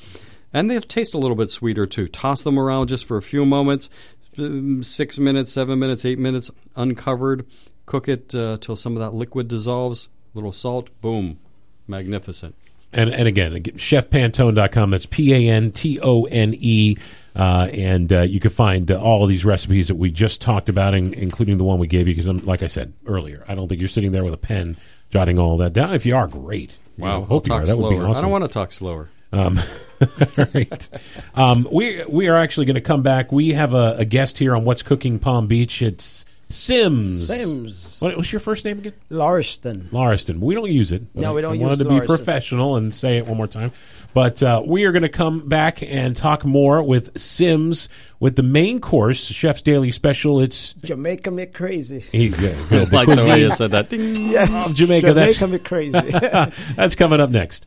Speaker 4: and they taste a little bit sweeter too. Toss them around just for a few moments, um, six minutes, seven minutes, eight minutes, uncovered. Cook it uh, till some of that liquid dissolves. Little salt, boom, magnificent.
Speaker 2: and and again, again, chefpantone.com. That's P A N T O N E. Uh, and uh, you can find uh, all of these recipes that we just talked about, in, including the one we gave you. Because, I'm like I said earlier, I don't think you're sitting there with a pen jotting all that down. If you are, great. You know,
Speaker 4: I'll
Speaker 2: hope you
Speaker 4: talk
Speaker 2: are. That
Speaker 4: slower.
Speaker 2: would be awesome.
Speaker 4: I don't want to talk slower.
Speaker 2: Um, all right. Um, we we are actually going to come back. We have a, a guest here on What's Cooking Palm Beach. It's Sims.
Speaker 3: Sims,
Speaker 2: What, what's your first name again?
Speaker 3: Lauriston.
Speaker 2: Lauriston. We don't use it. but
Speaker 3: No, we don't
Speaker 2: I wanted
Speaker 3: use
Speaker 2: to be
Speaker 3: Lauriston.
Speaker 2: professional and say it one more time. But uh, we are going to come back and talk more with Sims with the main course, Chef's Daily Special. It's
Speaker 3: Jamaica me crazy.
Speaker 2: he, yeah, the
Speaker 4: like the way
Speaker 2: cuisine
Speaker 4: you said that. Ding.
Speaker 2: of Jamaica. That's,
Speaker 3: Jamaica me crazy.
Speaker 2: that's coming up next.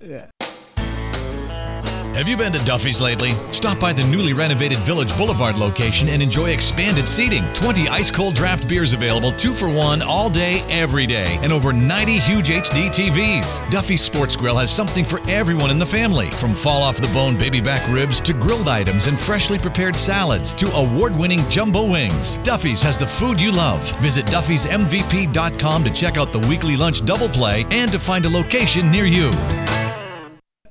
Speaker 1: Have you been to Duffy's lately? Stop by the newly renovated Village Boulevard location and enjoy expanded seating. 20 ice cold draft beers available, two for one, all day, every day, and over 90 huge HD TVs. Duffy's Sports Grill has something for everyone in the family from fall off the bone baby back ribs to grilled items and freshly prepared salads to award winning jumbo wings. Duffy's has the food you love. Visit Duffy'sMVP.com to check out the weekly lunch double play and to find a location near you.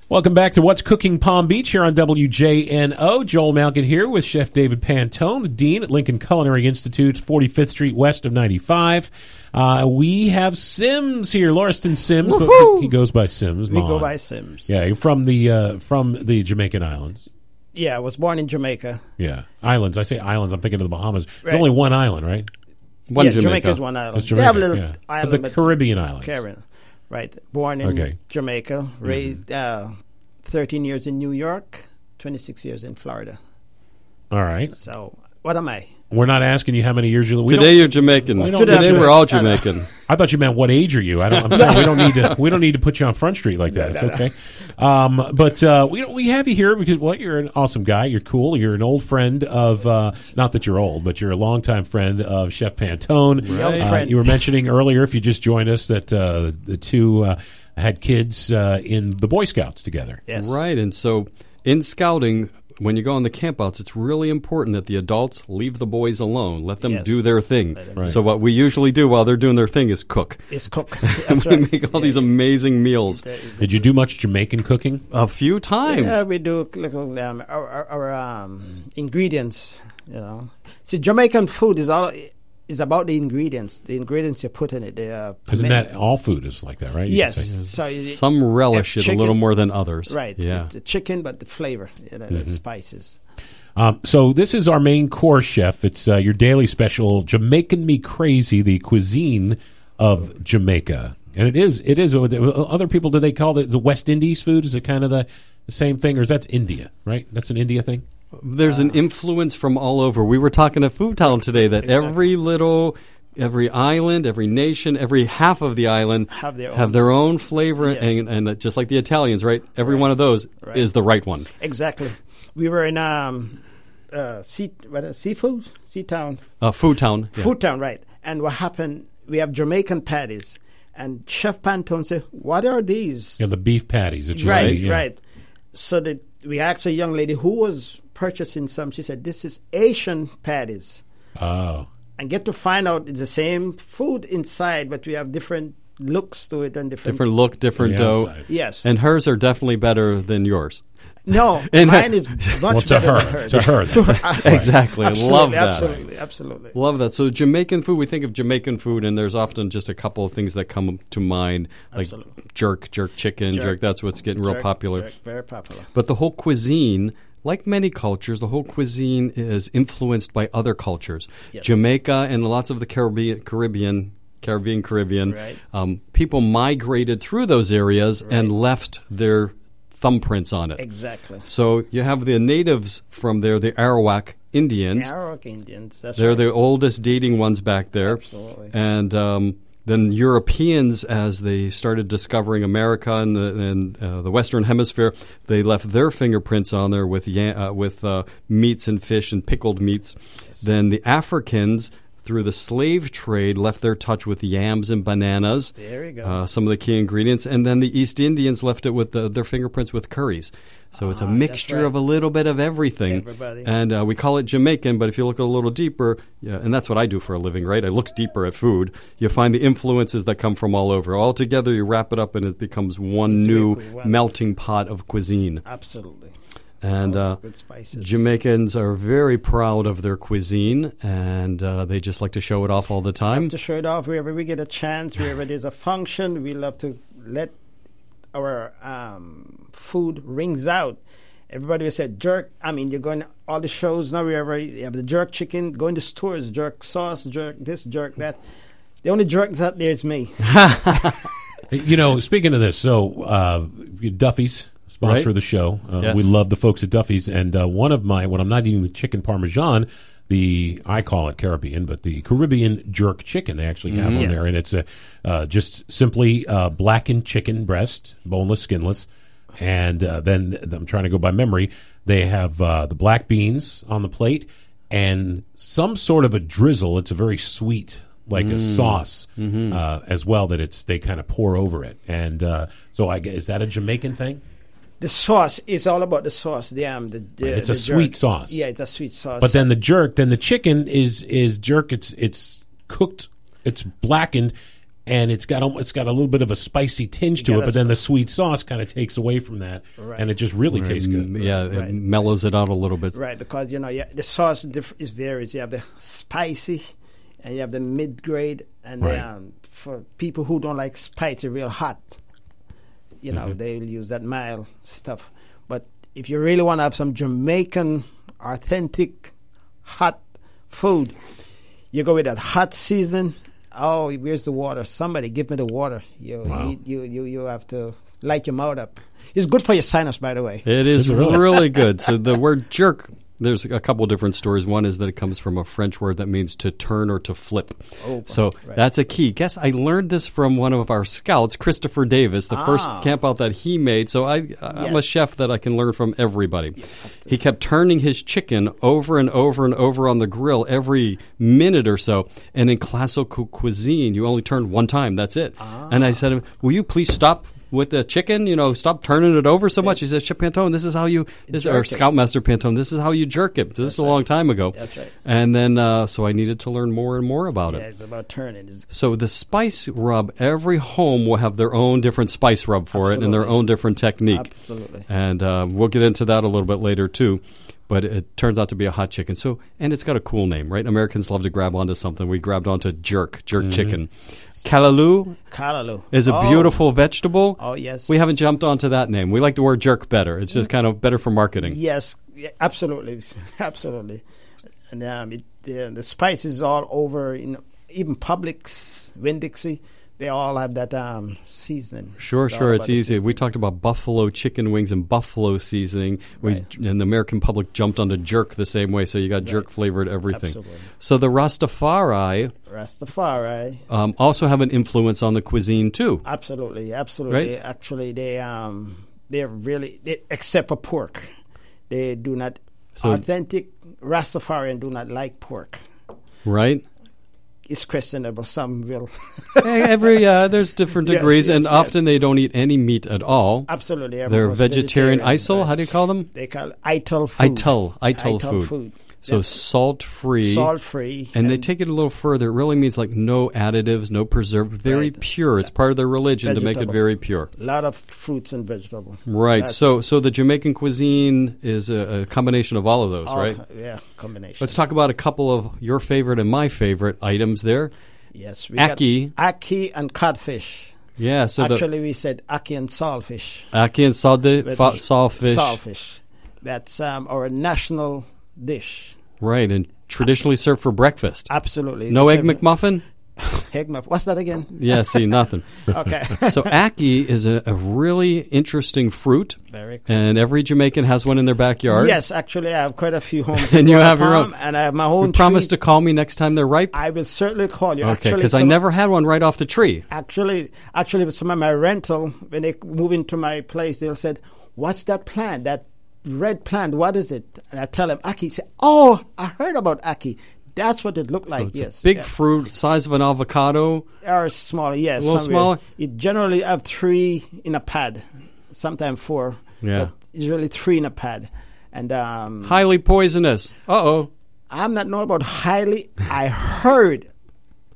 Speaker 2: Welcome back to What's Cooking Palm Beach here on WJNO. Joel Malkin here with Chef David Pantone, the Dean at Lincoln Culinary Institute, 45th Street west of 95. Uh, we have Sims here, Lauriston Sims, but
Speaker 3: Woohoo!
Speaker 2: he goes by Sims.
Speaker 3: we go
Speaker 2: Mon.
Speaker 3: by Sims.
Speaker 2: Yeah, you're from the uh, from the Jamaican Islands.
Speaker 3: Yeah, I was born in Jamaica.
Speaker 2: Yeah, islands. I say islands. I'm thinking of the Bahamas. There's
Speaker 3: Right.
Speaker 2: only one island, right?
Speaker 4: One
Speaker 3: yeah,
Speaker 4: Jamaica.
Speaker 3: Jamaica's one island.
Speaker 2: It's
Speaker 3: they have a
Speaker 2: Jamaica,
Speaker 3: little
Speaker 2: yeah. But
Speaker 3: island,
Speaker 2: the
Speaker 3: but-
Speaker 2: Caribbean islands.
Speaker 3: Karen, right? Born in
Speaker 2: Okay. Mm-hmm.
Speaker 3: Jamaica, raised uh, 13 years in New York, 26 years in Florida.
Speaker 2: All right.
Speaker 3: So what am I?
Speaker 2: We're not asking you how many years you live. We
Speaker 4: Today
Speaker 2: don't-
Speaker 4: you're Jamaican.
Speaker 2: We don't
Speaker 4: Today
Speaker 2: have
Speaker 4: we're
Speaker 2: to-
Speaker 4: all Jamaican.
Speaker 2: I thought you meant what age are you? I don't. I'm sorry, we don't need to. We don't need to put you on Front Street like that. it's okay. Um, but uh, we we have you here because well, you're an awesome guy. You're cool. You're an old friend of uh, not that you're old, but you're a longtime friend of Chef Pantone.
Speaker 3: Young
Speaker 2: Uh,
Speaker 3: friend.
Speaker 2: you were mentioning earlier, if you just joined us, that uh, the two uh, had kids uh, in the Boy Scouts together.
Speaker 3: Yes.
Speaker 4: right, and so in scouting, when you go on the campouts, it's really important that the adults leave the boys alone. Let them
Speaker 3: Yes.
Speaker 4: do their thing. So what we usually do while they're doing their thing is cook.
Speaker 3: It's cook.
Speaker 4: And
Speaker 3: That's
Speaker 4: we
Speaker 3: right.
Speaker 4: make all these amazing meals.
Speaker 2: Did you do much Jamaican cooking?
Speaker 4: A few times.
Speaker 3: Yeah, we do little um, our, our, our um, ingredients. You know, see, Jamaican food is all is about the ingredients. The ingredients you put in it. They are
Speaker 2: Isn't
Speaker 3: ferment-
Speaker 2: that all food is like that, right? You
Speaker 3: Yes.
Speaker 2: could say.
Speaker 3: So it-
Speaker 4: Some relish it a
Speaker 3: chicken-
Speaker 4: little more than others.
Speaker 3: Right.
Speaker 4: Yeah.
Speaker 3: The chicken, but the flavor, you know, the spices.
Speaker 2: Um, so this is our main course, chef. It's uh, your daily special, Jamaican Me Crazy, the cuisine of Jamaica, and it is it is uh, other people. Do they call it the West Indies food? Is it kind of the same thing, or is that India? Right, that's an India thing.
Speaker 4: There's an influence from all over. We were talking to Food Town today that every little, every island, every nation, every half of the island
Speaker 3: Have their own-
Speaker 4: own flavor,
Speaker 3: Yes.
Speaker 4: and, and uh, just like the Italians, right? Every one of those is the right one.
Speaker 3: Exactly. We were in um, uh, sea, what is, seafood, sea town,
Speaker 4: Uh, Food Town. yeah.
Speaker 3: food town, right? And what happened? We have Jamaican patties, and Chef Pantone said, "What are these?"
Speaker 2: Yeah, the beef patties. That you
Speaker 3: right,
Speaker 2: say, yeah.
Speaker 3: right. So that we asked a young lady who was purchasing some. She said, "This is Asian patties,"
Speaker 2: Oh,
Speaker 3: and get to find out it's the same food inside, but we have different looks to it and different.
Speaker 4: Different look, different
Speaker 2: The
Speaker 4: dough.
Speaker 2: outside.
Speaker 3: Yes.
Speaker 4: And hers are definitely better than yours.
Speaker 3: no,
Speaker 4: and-
Speaker 3: mine is much
Speaker 2: Well, to
Speaker 3: better
Speaker 2: her,
Speaker 3: than hers.
Speaker 2: to her,
Speaker 3: To
Speaker 2: then.
Speaker 3: her.
Speaker 4: Exactly.
Speaker 3: absolutely,
Speaker 4: Love that.
Speaker 3: Absolutely, absolutely.
Speaker 4: Love that. So Jamaican food, we think of Jamaican food, and there's often just a couple of things that come to mind, like jerk, jerk chicken, jerk. That's what's getting real
Speaker 3: Very-
Speaker 4: popular.
Speaker 3: very- very popular.
Speaker 4: But the whole cuisine, like many cultures, the whole cuisine is influenced by other cultures. Jamaica and lots of the Caribbean, Caribbean, Caribbean, Caribbean.
Speaker 3: Right.
Speaker 4: Um, people migrated through those areas and left their thumbprints on it.
Speaker 3: Exactly.
Speaker 4: So you have the natives from there, the Arawak Indians.
Speaker 3: Arawak Indians. That's
Speaker 4: They're
Speaker 3: right.
Speaker 4: the oldest dating ones back there.
Speaker 3: Absolutely.
Speaker 4: And um, then Europeans, as they started discovering America and the, and, uh, the Western Hemisphere, they left their fingerprints on there with yam, uh, with uh, meats and fish and pickled meats. Then the Africans. Through the slave trade, left their touch with yams and bananas.
Speaker 3: There you go.
Speaker 4: Uh, some of the key ingredients, and then the East Indians left it with the, their fingerprints with curries. So it's a mixture
Speaker 3: Ah, right.
Speaker 4: of a little bit of everything.
Speaker 3: Everybody.
Speaker 4: And uh, we call it Jamaican, but if you look a little deeper, yeah, and that's what I do for a living, right? I look deeper at food. You find the influences that come from all over. All together, you wrap it up, and it becomes one new
Speaker 3: really cool. Wow.
Speaker 4: melting pot of cuisine.
Speaker 3: absolutely.
Speaker 4: And
Speaker 3: Lots
Speaker 4: uh,
Speaker 3: of good spices.
Speaker 4: Jamaicans are very proud of their cuisine, and uh, they just like to show it off all the time.
Speaker 3: to show it off wherever we get a chance, wherever there's a function, we love to let our um, food rings out. Everybody will say jerk. I mean, you're going to all the shows now. Wherever you have the jerk chicken, going to stores, jerk sauce, jerk this, jerk that. The only jerk that's out there is me.
Speaker 2: You know, speaking of this, so uh, Duffy's sponsor
Speaker 4: Right.
Speaker 2: of the show. Uh,
Speaker 4: Yes.
Speaker 2: We love the folks at Duffy's, and uh, one of my when I'm not eating the chicken parmesan, the I call it Caribbean, but the Caribbean jerk chicken they actually have on
Speaker 3: Yes.
Speaker 2: there, and it's a uh, just simply uh, blackened chicken breast, boneless, skinless, and uh, then I'm trying to go by memory. They have uh, the black beans on the plate and some sort of a drizzle. It's a very sweet like a sauce uh, as well that it's they kind of pour over it. And uh, so I guess, is that a Jamaican thing?
Speaker 3: The sauce is all about the sauce. The um, the, the
Speaker 2: It's
Speaker 3: the
Speaker 2: a sweet
Speaker 3: jerk.
Speaker 2: sauce.
Speaker 3: Yeah, it's a sweet sauce.
Speaker 2: But then the jerk, then the chicken is is jerk. It's it's cooked, it's blackened, and it's got al- it's got a little bit of a spicy tinge to
Speaker 3: Yeah,
Speaker 2: it. But
Speaker 3: that's
Speaker 2: then the sweet sauce kind of takes away from that, and it just really tastes good.
Speaker 4: Mm, Yeah, it mellows it out a little bit.
Speaker 3: Right, because you know yeah, the sauce diff- is varies. You have the spicy, and you have the mid grade, and
Speaker 2: Right.
Speaker 3: the, um, for people who don't like spicy, real hot, you
Speaker 2: Mm-hmm.
Speaker 3: know they'll use that mild stuff. But if you really want to have some Jamaican authentic hot food, you go with that hot seasoning. Oh, where's the water? Somebody give me the water. You
Speaker 2: Wow.
Speaker 3: need, you you you have to light your mouth up. It's good for your sinus, by the way.
Speaker 4: It is
Speaker 2: it really?
Speaker 4: really? good. So the word jerk, there's a couple different stories. One is that it comes from a French word that means to turn or to flip. so that's a key. Guess I learned this from one of our scouts, Christopher Davis, the first camp out that he made. So I, I'm a
Speaker 3: Yes.
Speaker 4: chef that I can learn from everybody. He kept turning his chicken over and over and over on the grill every minute or so. And in classical cuisine, you only turn one time. That's it.
Speaker 3: Ah.
Speaker 4: And I said, "Will you please stop?" With the chicken, you know, stop turning it over so much. He said, Chef Pantone, this is how you, this, or
Speaker 3: Jerk it.
Speaker 4: Scoutmaster Pantone, this is how you jerk it. This is a long time ago.
Speaker 3: That's right.
Speaker 4: And then, uh, so I needed to learn more and more about
Speaker 3: Yeah,
Speaker 4: it.
Speaker 3: it's about turning. It's
Speaker 4: So the spice rub, every home will have their own different spice rub for it and their
Speaker 3: Absolutely.
Speaker 4: own different technique.
Speaker 3: Absolutely.
Speaker 4: And um, we'll get into that a little bit later too. But it turns out to be a hot chicken. So and it's got a cool name, right? Americans love to grab onto something. We grabbed onto jerk, jerk chicken. Callaloo
Speaker 3: Callaloo.
Speaker 4: is a
Speaker 3: Mm-hmm. Oh,
Speaker 4: beautiful vegetable.
Speaker 3: Oh, yes. Mm-hmm.
Speaker 4: We haven't jumped onto that name. We like the word jerk better. It's just kind of better for marketing.
Speaker 3: Yes, yeah, absolutely, absolutely. And um, it, the, the spice is all over. In even Publix, Winn Dixie, they all have that um, seasoning.
Speaker 4: Sure,
Speaker 3: all
Speaker 4: sure.
Speaker 3: about
Speaker 4: It's
Speaker 3: the
Speaker 4: easy.
Speaker 3: seasoning.
Speaker 4: We talked about buffalo chicken wings and buffalo seasoning. We and the American public jumped onto jerk the same way, so you got jerk flavored everything.
Speaker 3: Absolutely.
Speaker 4: So the Rastafari
Speaker 3: Rastafari.
Speaker 4: um, also have an influence on the cuisine too.
Speaker 3: Absolutely, absolutely.
Speaker 4: Right?
Speaker 3: Actually, they um, they're really they, except for pork, they do not.
Speaker 4: So-
Speaker 3: authentic Rastafarian do not like pork.
Speaker 4: Right?
Speaker 3: It's questionable. Some will.
Speaker 4: Eh, Every uh, there's different
Speaker 3: Yes,
Speaker 4: degrees,
Speaker 3: yes,
Speaker 4: and
Speaker 3: yes.
Speaker 4: often they don't eat any meat at all.
Speaker 3: absolutely,
Speaker 4: They're
Speaker 3: everyone's
Speaker 4: vegetarian. ISIL.
Speaker 3: right?
Speaker 4: How do you call them?
Speaker 3: They call it ITIL food.
Speaker 4: ITIL, ITIL food. So salt free.
Speaker 3: salt free.
Speaker 4: And, they take it a little further. It really means like no additives, no preservative, very pure. It's part of their religion to make it
Speaker 3: Vegetable.
Speaker 4: very pure.
Speaker 3: a lot of fruits and vegetables.
Speaker 4: Right.
Speaker 3: That's
Speaker 4: so so the Jamaican cuisine is a, a combination of all of those,
Speaker 3: all-
Speaker 4: right?
Speaker 3: Yeah, combination.
Speaker 4: Let's talk about a couple of your favorite and my favorite items there.
Speaker 3: yes, we got
Speaker 4: Aki.
Speaker 3: Aki and codfish.
Speaker 4: Yeah, so
Speaker 3: Actually, we said Aki and saltfish.
Speaker 4: the Aki and salde,
Speaker 3: Which
Speaker 4: fa,
Speaker 3: is
Speaker 4: saltfish.
Speaker 3: Saltfish. That's um, our national dish.
Speaker 4: Right, and traditionally served for breakfast.
Speaker 3: Absolutely.
Speaker 4: No
Speaker 3: The
Speaker 4: egg
Speaker 3: same-
Speaker 4: McMuffin?
Speaker 3: Egg muff. What's that again?
Speaker 4: Yeah, see, nothing.
Speaker 3: Okay.
Speaker 4: so ackee is a, a really interesting fruit,
Speaker 3: Very cool.
Speaker 4: and every Jamaican has one in their backyard.
Speaker 3: yes, actually, I have quite a few homes.
Speaker 4: And
Speaker 3: in
Speaker 4: you
Speaker 3: Royal
Speaker 4: have your
Speaker 3: Palm,
Speaker 4: own.
Speaker 3: And I have my
Speaker 4: You
Speaker 3: own.
Speaker 4: promise to
Speaker 3: tree.
Speaker 4: call me next time they're ripe.
Speaker 3: I will certainly call you.
Speaker 4: okay,
Speaker 3: Actually,
Speaker 4: because I
Speaker 3: some-
Speaker 4: never had one right off the tree.
Speaker 3: Actually, actually, with some of my rental, when they move into my place, they'll said, "What's that plant? That red plant? What is it?" And I tell them, "Aki." Say, "Oh, I heard about Aki. That's what it looked like."
Speaker 4: It's
Speaker 3: yes,
Speaker 4: a big
Speaker 3: yeah.
Speaker 4: fruit, size of an avocado.
Speaker 3: or smaller. Yes,
Speaker 4: A little
Speaker 3: somewhere.
Speaker 4: smaller?
Speaker 3: It generally have three in a pad, sometimes four.
Speaker 4: Yeah.
Speaker 3: but usually three in a pad. And um,
Speaker 4: Highly poisonous. Uh oh.
Speaker 3: I'm not know about highly. I heard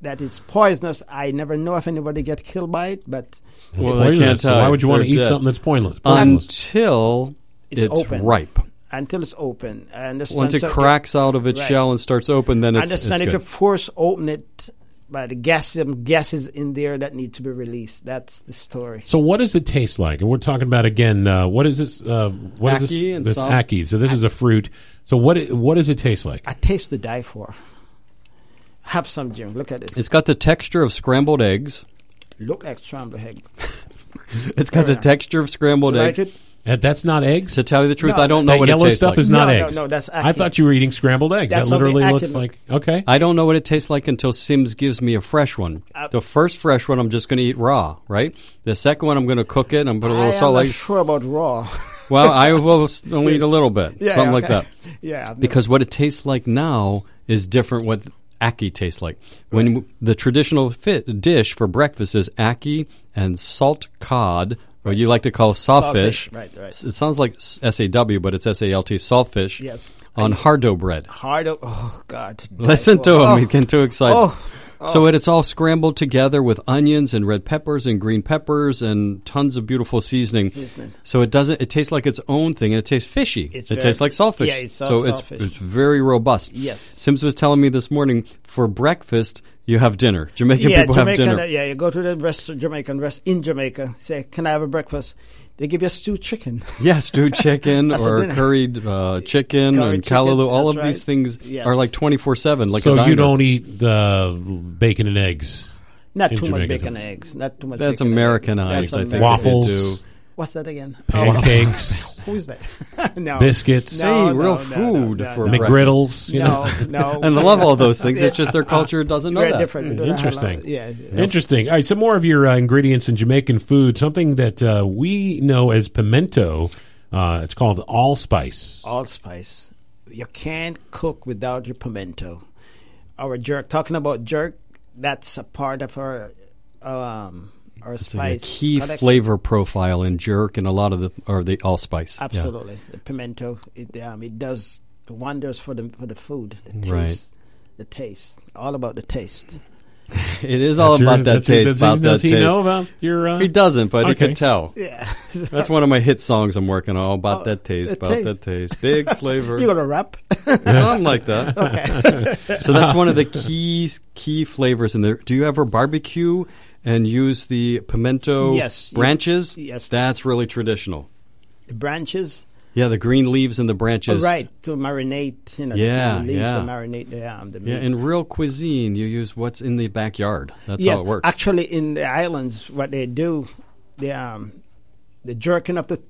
Speaker 3: that it's poisonous. I never know if anybody get killed by it, but
Speaker 4: Well, they
Speaker 2: Poisonous.
Speaker 4: can't
Speaker 2: So
Speaker 4: tell
Speaker 2: why
Speaker 4: you.
Speaker 2: would you want to eat
Speaker 4: They're dead. Um,
Speaker 2: something that's pointless? Poisonous.
Speaker 4: Until
Speaker 3: It's
Speaker 4: it's,
Speaker 3: open.
Speaker 4: ripe.
Speaker 3: until it's open, I understand.
Speaker 4: Once it
Speaker 3: so
Speaker 4: cracks out of its
Speaker 3: Right.
Speaker 4: shell and starts open, then
Speaker 3: I
Speaker 4: it's, it's
Speaker 3: understand
Speaker 4: good.
Speaker 3: if you force open it by the gas, some gases in there that need to be released. That's the story.
Speaker 2: So what does it taste like? And we're talking about again. Uh, what is this? Uh, what is
Speaker 4: Ackee
Speaker 2: this?
Speaker 4: and
Speaker 2: This
Speaker 4: salt.
Speaker 2: ackee. So this is a fruit. So what? i- What does it taste like?
Speaker 3: A taste to die for. Have some, Jim. Look at this.
Speaker 4: It's got the texture of scrambled eggs.
Speaker 3: Look like scrambled egg.
Speaker 4: It's got the texture of scrambled
Speaker 3: You
Speaker 4: eggs.
Speaker 3: like it?
Speaker 2: Uh, That's not eggs.
Speaker 4: To tell you the truth,
Speaker 3: No,
Speaker 4: I don't know
Speaker 2: that
Speaker 4: what it
Speaker 2: yellow
Speaker 4: tastes
Speaker 2: stuff
Speaker 4: like.
Speaker 2: is not
Speaker 3: No, no,
Speaker 2: eggs.
Speaker 3: no, that's
Speaker 2: I
Speaker 3: ackee.
Speaker 2: thought you were eating scrambled eggs.
Speaker 3: That's
Speaker 2: that
Speaker 3: what the
Speaker 2: literally
Speaker 3: ackee
Speaker 2: looks like
Speaker 3: look-
Speaker 2: okay.
Speaker 4: I don't know what it tastes like until Sims gives me a fresh one.
Speaker 3: Uh,
Speaker 4: the first fresh one, I'm just going to eat raw, right? The second one, I'm going to cook it. and I'm going to put a
Speaker 3: I am
Speaker 4: little salt.
Speaker 3: not
Speaker 4: Like,
Speaker 3: sure about raw.
Speaker 4: well, I will s- only eat a little bit,
Speaker 3: Yeah,
Speaker 4: something like
Speaker 3: okay.
Speaker 4: that.
Speaker 3: yeah. I've
Speaker 4: Because what it tastes like now is different what ackee tastes like. When w- the traditional fit dish for breakfast is ackee and salt cod, or you like to call sawfish.
Speaker 3: Sawfish, right, right.
Speaker 4: S- It sounds like s- SAW, but it's SALT, saltfish.
Speaker 3: Yes.
Speaker 4: On hardo bread.
Speaker 3: hard. o- Oh God!
Speaker 4: Listen to him. He's getting too excited.
Speaker 3: Oh.
Speaker 4: So it, it's all scrambled together with onions and red peppers and green peppers and tons of beautiful seasoning. So it doesn't. It tastes like its own thing, and it tastes fishy.
Speaker 3: It's
Speaker 4: it
Speaker 3: very-
Speaker 4: tastes like saltfish.
Speaker 3: yeah, it's salt-
Speaker 4: so it's
Speaker 3: saltfish.
Speaker 4: it's very robust.
Speaker 3: Yes.
Speaker 4: Sims was telling me this morning for breakfast you have dinner. Jamaican
Speaker 3: yeah,
Speaker 4: people
Speaker 3: Jamaican.
Speaker 4: have
Speaker 3: uh,
Speaker 4: dinner.
Speaker 3: Yeah, you go to the rest Jamaican rest in Jamaica. Say, can I have a breakfast? They give you stewed chicken.
Speaker 4: Yeah, stewed chicken
Speaker 3: That's a
Speaker 4: or
Speaker 3: dinner.
Speaker 4: curried uh, chicken
Speaker 3: Curried
Speaker 4: and
Speaker 3: chicken,
Speaker 4: kalaloo. All of
Speaker 3: that's
Speaker 4: these
Speaker 3: right.
Speaker 4: things
Speaker 3: Yes.
Speaker 4: are like twenty four seven. Like a
Speaker 2: so you
Speaker 4: diner.
Speaker 2: don't eat the bacon and eggs,
Speaker 3: Not
Speaker 2: In
Speaker 3: too much
Speaker 2: Jamaica,
Speaker 3: bacon
Speaker 2: though.
Speaker 3: eggs. Not too much.
Speaker 4: That's
Speaker 3: bacon and eggs.
Speaker 4: Americanized,
Speaker 3: That's
Speaker 4: I think.
Speaker 3: American.
Speaker 4: Waffle.
Speaker 2: waffles,
Speaker 4: do.
Speaker 3: What's that again?
Speaker 2: pancakes,
Speaker 3: Oh, who's that? no.
Speaker 2: biscuits,
Speaker 4: Hey,
Speaker 3: No, no,
Speaker 4: real
Speaker 3: no,
Speaker 4: food
Speaker 3: no, no,
Speaker 4: for
Speaker 3: no.
Speaker 4: breakfast.
Speaker 2: McGriddles. You know?
Speaker 3: No, no.
Speaker 4: and I love all those things. It's just their culture doesn't know
Speaker 3: Very
Speaker 4: that.
Speaker 3: different. We don't have a lot-
Speaker 2: Interesting.
Speaker 3: Yeah. yeah.
Speaker 2: Interesting. All right, some more of your uh, ingredients in Jamaican food. Something that uh, we know as pimento. Uh, it's called allspice.
Speaker 3: allspice. You can't cook without your pimento. Our jerk, talking about jerk, that's a part of our um, our
Speaker 4: A
Speaker 3: spice.
Speaker 4: key
Speaker 3: collection.
Speaker 4: flavor profile in jerk and a lot of the or the allspice. Yeah.
Speaker 3: Absolutely, the pimento it um, it does wonders for the for the food, the taste,
Speaker 4: Right.
Speaker 3: the taste, all about the taste.
Speaker 4: It is all
Speaker 2: That's your-
Speaker 4: about that
Speaker 2: that's your-
Speaker 4: taste.
Speaker 2: does he-
Speaker 4: about
Speaker 2: does
Speaker 4: that
Speaker 2: he
Speaker 4: taste.
Speaker 2: know about your? Uh,
Speaker 4: He doesn't, but he
Speaker 2: Okay.
Speaker 4: can tell.
Speaker 3: Yeah,
Speaker 4: That's one of my hit songs I'm working on. All about that taste,
Speaker 3: that
Speaker 4: about
Speaker 3: taste.
Speaker 4: that taste, big flavor,
Speaker 3: you gonna wrap?
Speaker 4: something like that. so that's one of the key key flavors in there. Do you ever barbecue and use the pimento
Speaker 3: Yes.
Speaker 4: branches?
Speaker 3: Yes.
Speaker 4: that's really traditional.
Speaker 3: the branches,
Speaker 4: Yeah, the green leaves and the
Speaker 3: oh,
Speaker 4: branches.
Speaker 3: right? To marinate, you know,
Speaker 4: Yeah,
Speaker 3: the leaves
Speaker 4: yeah.
Speaker 3: to marinate the um, the meat.
Speaker 4: Yeah, in real cuisine, you use what's in the backyard. That's
Speaker 3: yes,
Speaker 4: how it works.
Speaker 3: Actually, in the islands, what they do, the um, the jerking of the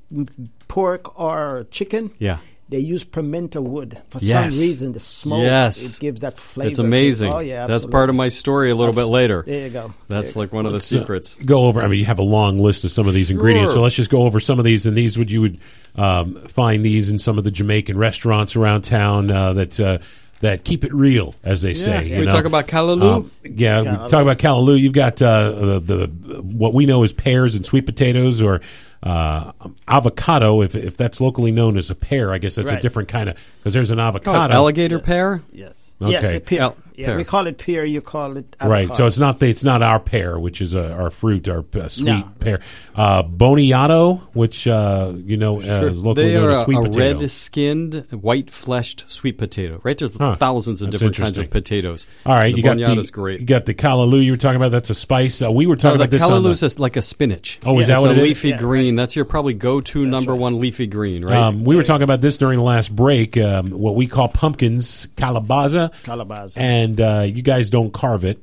Speaker 3: pork or chicken,
Speaker 4: Yeah.
Speaker 3: they use pimento wood for
Speaker 4: Yes.
Speaker 3: some reason. The smoke,
Speaker 4: Yes.
Speaker 3: it gives that flavor.
Speaker 4: it's amazing.
Speaker 3: Oh yeah,
Speaker 4: That's part of my story a little bit later.
Speaker 3: There you go.
Speaker 4: That's like one of the secrets.
Speaker 2: go over. I mean, you have a long list of some of these ingredients, so
Speaker 4: Sure.
Speaker 2: let's just go over some of these. And these would you would um, find these in some of the Jamaican restaurants around town uh, that uh, that keep it real, as they say.
Speaker 4: Yeah,
Speaker 2: you
Speaker 4: we
Speaker 2: know.
Speaker 4: talk about callaloo.
Speaker 2: Um, yeah, we talk about callaloo. You've got uh, the, the what we know as pears and sweet potatoes, or uh, avocado, if, if that's locally known as a pear, I guess that's a
Speaker 3: Right.
Speaker 2: different kind of because there's an
Speaker 4: Oh,
Speaker 2: avocado.
Speaker 4: alligator pear?
Speaker 3: Yes.
Speaker 2: Okay.
Speaker 3: Yes, a pear.
Speaker 4: Al-
Speaker 3: yeah,
Speaker 4: pear.
Speaker 3: we call it pear. You call it avocado.
Speaker 2: Right, so it's not the, it's not our pear, which is uh, our fruit, our uh, sweet
Speaker 3: No.
Speaker 2: pear. Uh, boniato, which uh, you know uh,
Speaker 4: Sure.
Speaker 2: is locally
Speaker 4: They
Speaker 2: known
Speaker 4: are
Speaker 2: as
Speaker 4: a,
Speaker 2: sweet
Speaker 4: a
Speaker 2: potato.
Speaker 4: red-skinned, white-fleshed sweet potato. Right? There's
Speaker 2: Huh.
Speaker 4: thousands of
Speaker 2: That's
Speaker 4: different kinds
Speaker 2: interesting.
Speaker 4: of potatoes.
Speaker 2: All right,
Speaker 4: the
Speaker 2: you got
Speaker 4: bonata
Speaker 2: the
Speaker 4: is great.
Speaker 2: you got the callaloo you were talking about. That's a spice. Uh, we were
Speaker 4: No,
Speaker 2: talking about
Speaker 4: the
Speaker 2: this on the-
Speaker 4: callaloo is like a spinach.
Speaker 2: Oh, is
Speaker 4: It's
Speaker 2: that what
Speaker 4: a
Speaker 2: it is?
Speaker 4: leafy green. That's your probably go-to number one leafy green, right?
Speaker 2: Um, we were talking about this during the last break. Um, what we call pumpkins, calabaza,
Speaker 3: Calabaza.
Speaker 2: and uh, you guys don't carve it.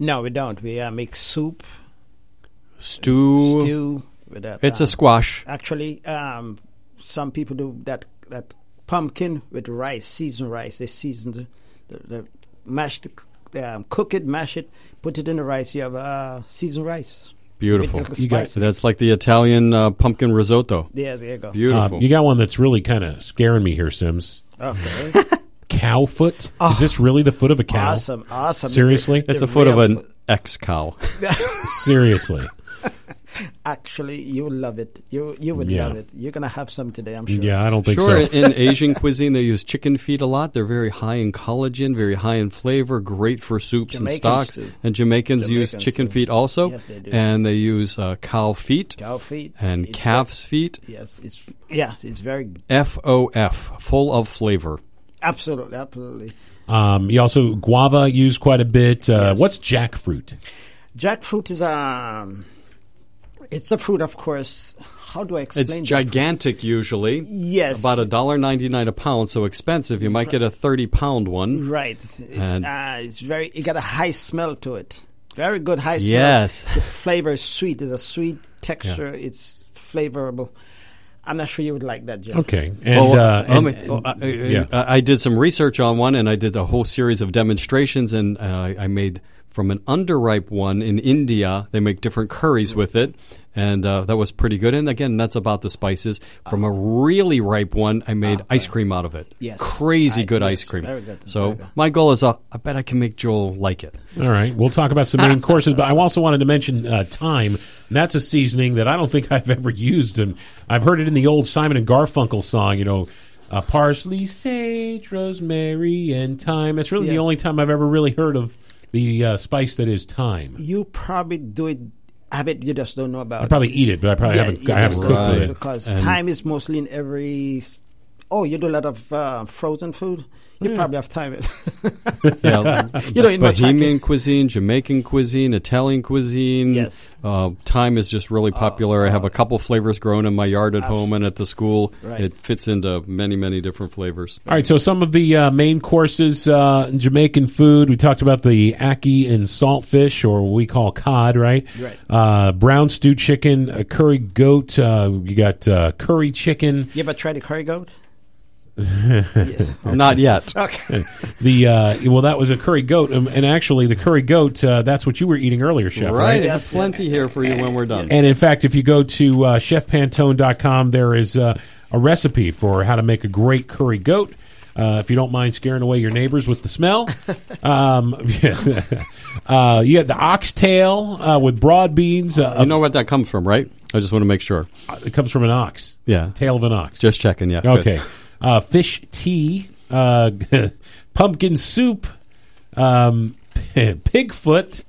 Speaker 3: no, we don't. We uh, make soup,
Speaker 4: Stew.
Speaker 3: stew with that.
Speaker 4: It's
Speaker 3: um,
Speaker 4: a squash.
Speaker 3: Actually, um, some people do that that pumpkin with rice, seasoned rice. They season the, the, the mash, the, c- um, cook it, mash it, put it in the rice. You have uh, seasoned rice.
Speaker 4: Beautiful.
Speaker 3: With the
Speaker 2: You got-
Speaker 3: spices.
Speaker 4: That's like the Italian uh, pumpkin risotto.
Speaker 3: yeah, there you go.
Speaker 4: Beautiful.
Speaker 2: Um, you got one that's really kind of scaring me here, Sims.
Speaker 3: Okay.
Speaker 2: Cow foot? Is this really the foot of a cow?
Speaker 3: awesome, awesome.
Speaker 2: Seriously?
Speaker 4: That's
Speaker 3: The
Speaker 4: Ah. a foot of
Speaker 3: real
Speaker 4: an
Speaker 3: foot.
Speaker 4: ex cow.
Speaker 2: Seriously.
Speaker 3: Actually, you will love it. You you would
Speaker 2: Yeah.
Speaker 3: love it. You're gonna have some today, I'm sure.
Speaker 2: Yeah, I don't think
Speaker 4: Sure,
Speaker 2: so.
Speaker 4: in Asian cuisine, they use chicken feet a lot. They're very high in collagen, very high in flavor, great for soups and
Speaker 3: Jamaicans
Speaker 4: stocks.
Speaker 3: do.
Speaker 4: And Jamaicans, use
Speaker 3: Jamaicans
Speaker 4: chicken
Speaker 3: do.
Speaker 4: feet also.
Speaker 3: Yes, they do.
Speaker 4: And they use uh, cow feet
Speaker 3: Cow feet
Speaker 4: and
Speaker 3: it's
Speaker 4: calf's feet.
Speaker 3: ve- Yes, it's yes, it's very
Speaker 4: FOF, full of flavor.
Speaker 3: absolutely, absolutely.
Speaker 2: Um, you also, guava used quite a bit. Uh,
Speaker 3: Yes.
Speaker 2: What's jackfruit?
Speaker 3: Jackfruit is um, it's a fruit, of course. How do I explain?
Speaker 4: It's
Speaker 3: that?
Speaker 4: gigantic usually.
Speaker 3: Yes.
Speaker 4: About a dollar ninety nine a pound, so expensive. You might get a thirty pound one.
Speaker 3: Right. It's,
Speaker 4: And-
Speaker 3: uh, it's very. It got a high smell to it. Very good high smell.
Speaker 4: Yes.
Speaker 3: The flavor is sweet. It's a sweet texture. It's flavorable. I'm not sure you would like that, Jim.
Speaker 2: Okay. And,
Speaker 4: Well,
Speaker 2: uh,
Speaker 4: let
Speaker 2: and-
Speaker 4: me- well, I- I-
Speaker 2: yeah.
Speaker 4: I I did some research on one, and I did a whole series of demonstrations, and uh, I- I made from an underripe one in India. They make different curries with it, and uh, that was pretty good. And again, that's about the spices. From a really ripe one, I made ice cream out of it.
Speaker 3: Ah, Yes.
Speaker 4: crazy
Speaker 3: I-
Speaker 4: good
Speaker 3: yes,
Speaker 4: ice cream.
Speaker 3: very good,
Speaker 4: So
Speaker 3: very good.
Speaker 4: my goal is, uh, I bet I can make Joel like it.
Speaker 2: All right, we'll talk about some main courses, but I also wanted to mention uh, thyme. And that's a seasoning that I don't think I've ever used, and I've heard it in the old Simon and Garfunkel song. You know, uh, parsley, sage, rosemary, and thyme. That's really the
Speaker 3: Yes.
Speaker 2: only time I've ever really heard of the uh, spice that is thyme.
Speaker 3: You probably do it. Have it. You just don't know about.
Speaker 2: I probably eat it, but I probably
Speaker 3: Yeah,
Speaker 2: haven't.
Speaker 3: you
Speaker 2: I haven't
Speaker 3: just
Speaker 2: cooked
Speaker 3: don't know
Speaker 2: with it.
Speaker 3: because
Speaker 4: And-
Speaker 3: time is mostly in every. s- Oh, you do a lot of uh, frozen food. You probably have time.
Speaker 4: Yeah,
Speaker 3: You don't eat much
Speaker 4: Bohemian
Speaker 3: like
Speaker 4: cuisine, Jamaican cuisine, Italian cuisine.
Speaker 3: Yes.
Speaker 4: uh, thyme is just really popular. I have a couple flavors grown in my yard at home and at the school.
Speaker 3: Right.
Speaker 4: It fits into many, many different flavors.
Speaker 2: All right, so some of the uh, main courses uh, Jamaican food. We talked about the ackee and saltfish, or what we call cod, right?
Speaker 3: Right.
Speaker 2: Uh, brown stew chicken, a curry goat. Uh, you got uh, curry chicken.
Speaker 3: you ever tried the curry goat?
Speaker 4: Not yet.
Speaker 3: Okay.
Speaker 2: The uh, well, that was a curry goat, um, and actually, the curry goat. Uh, that's what you were eating earlier, chef. Right.
Speaker 4: right? There's plenty here for you when we're done.
Speaker 2: And in fact, if you go to uh, chefpantone.com, there is uh, a recipe for how to make a great curry goat. Uh, if you don't mind scaring away your neighbors with the smell, um, uh, you got the oxtail uh, with broad beans. Uh,
Speaker 4: you know what that comes from, right? I just want to make sure.
Speaker 2: it comes from an ox.
Speaker 4: Yeah.
Speaker 2: Tail of an ox.
Speaker 4: Just checking, yeah. good.
Speaker 2: Okay. Uh, fish tea, uh, pumpkin soup, um, pig foot,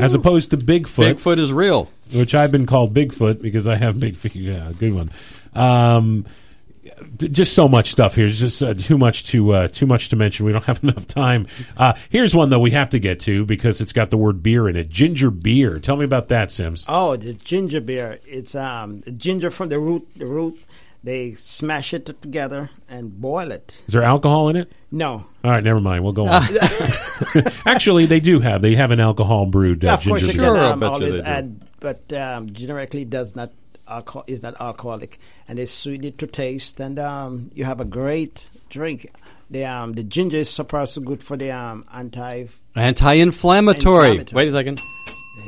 Speaker 2: as opposed to Bigfoot,
Speaker 4: Bigfoot is real.
Speaker 2: which I've been called Bigfoot because I have big feet. Yeah, good one. Um, th- just so much stuff here. It's just uh, too much to uh, too much to mention. We don't have enough time. Uh, here's one though we have to get to because it's got the word beer in it. Ginger beer. Tell me about that, Sims.
Speaker 3: Oh, the ginger beer. It's um ginger from the root. The root. They smash it together and boil it.
Speaker 2: Is there alcohol in it?
Speaker 3: No,
Speaker 2: All right, never mind. We'll go on. Actually, they do have. They have an alcohol brewed uh,
Speaker 3: of course
Speaker 2: ginger
Speaker 3: you
Speaker 2: beer.
Speaker 4: Sure,
Speaker 3: can
Speaker 4: I
Speaker 3: um,
Speaker 4: bet you
Speaker 3: always
Speaker 4: they do.
Speaker 3: add, but um, generically does not alcohol is not alcoholic, and they sweeten it to taste, and um, you have a great drink. The um the ginger is supposed to be good for the um anti.
Speaker 4: Anti inflammatory.
Speaker 3: Anti-inflammatory.
Speaker 4: Wait a second.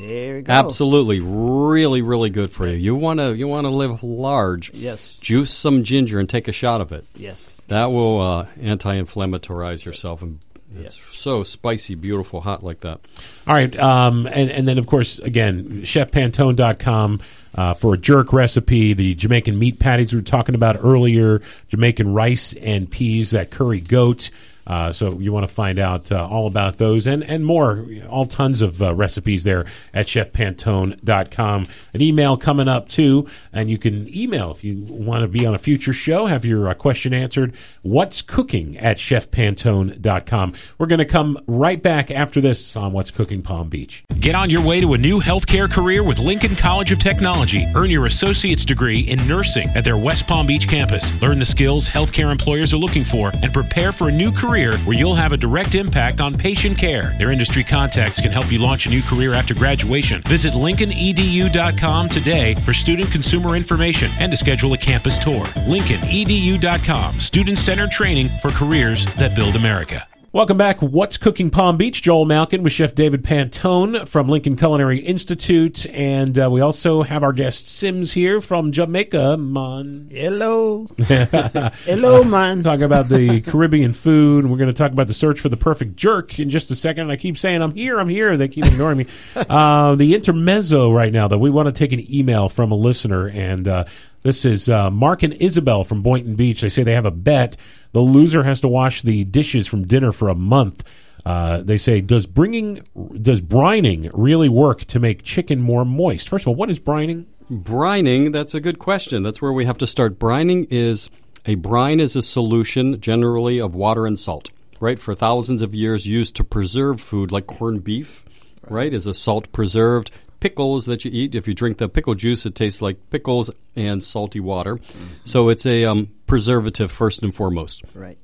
Speaker 3: There you go.
Speaker 4: Absolutely, really, really good for you. You want to you want to live large.
Speaker 3: Yes.
Speaker 4: Juice some ginger and take a shot of it.
Speaker 3: Yes.
Speaker 4: That will uh, anti-inflammatorize yourself and It's so spicy, beautiful, hot like that.
Speaker 2: All right. Um, and, and then, of course, again, chefpantone.com uh, for a jerk recipe, the Jamaican meat patties we were talking about earlier, Jamaican rice and peas, that curry goat. Uh, so you want to find out uh, all about those and, and more, all tons of uh, recipes there at chefpantone.com. An email coming up too, and you can email if you want to be on a future show, have your uh, question answered. What's cooking at chefpantone.com? We're going to come right back after this on What's Cooking Palm Beach.
Speaker 6: Get on your way to a new healthcare career with Lincoln College of Technology. Earn your associate's degree in nursing at their West Palm Beach campus. Learn the skills healthcare employers are looking for and prepare for a new career where you'll have a direct impact on patient care. Their industry contacts can help you launch a new career after graduation. Visit E lincolnedu.com today for student consumer information and to schedule a campus tour. E lincolnedu.com, student-centered training for careers that build America.
Speaker 2: Welcome back. What's Cooking Palm Beach? Joel Malkin with Chef David Pantone from Lincoln Culinary Institute. And uh, we also have our guest Sims here from Jamaica. Mon.
Speaker 3: Hello. Hello,
Speaker 4: Uh,
Speaker 3: man.
Speaker 2: Talk about the Caribbean food. We're going to talk about the search for the perfect jerk in just a second. And I keep saying, I'm here, I'm here. They keep ignoring me. Uh, the intermezzo right now, though, we want to take an email from a listener. And uh, this is uh, Mark and Isabel from Boynton Beach. They say they have a bet. The loser has to wash the dishes from dinner for a month. Uh, they say, does bringing, does brining really work to make chicken more moist? First of all, what is brining?
Speaker 4: Brining, that's a good question. That's where we have to start. Brining is a brine is a solution generally of water and salt, right? For thousands of years used to preserve food like corned beef, right? Is a salt preserved pickles that you eat. If you drink the pickle juice, it tastes like pickles and salty water. So it's a um, preservative first and foremost.
Speaker 3: Right.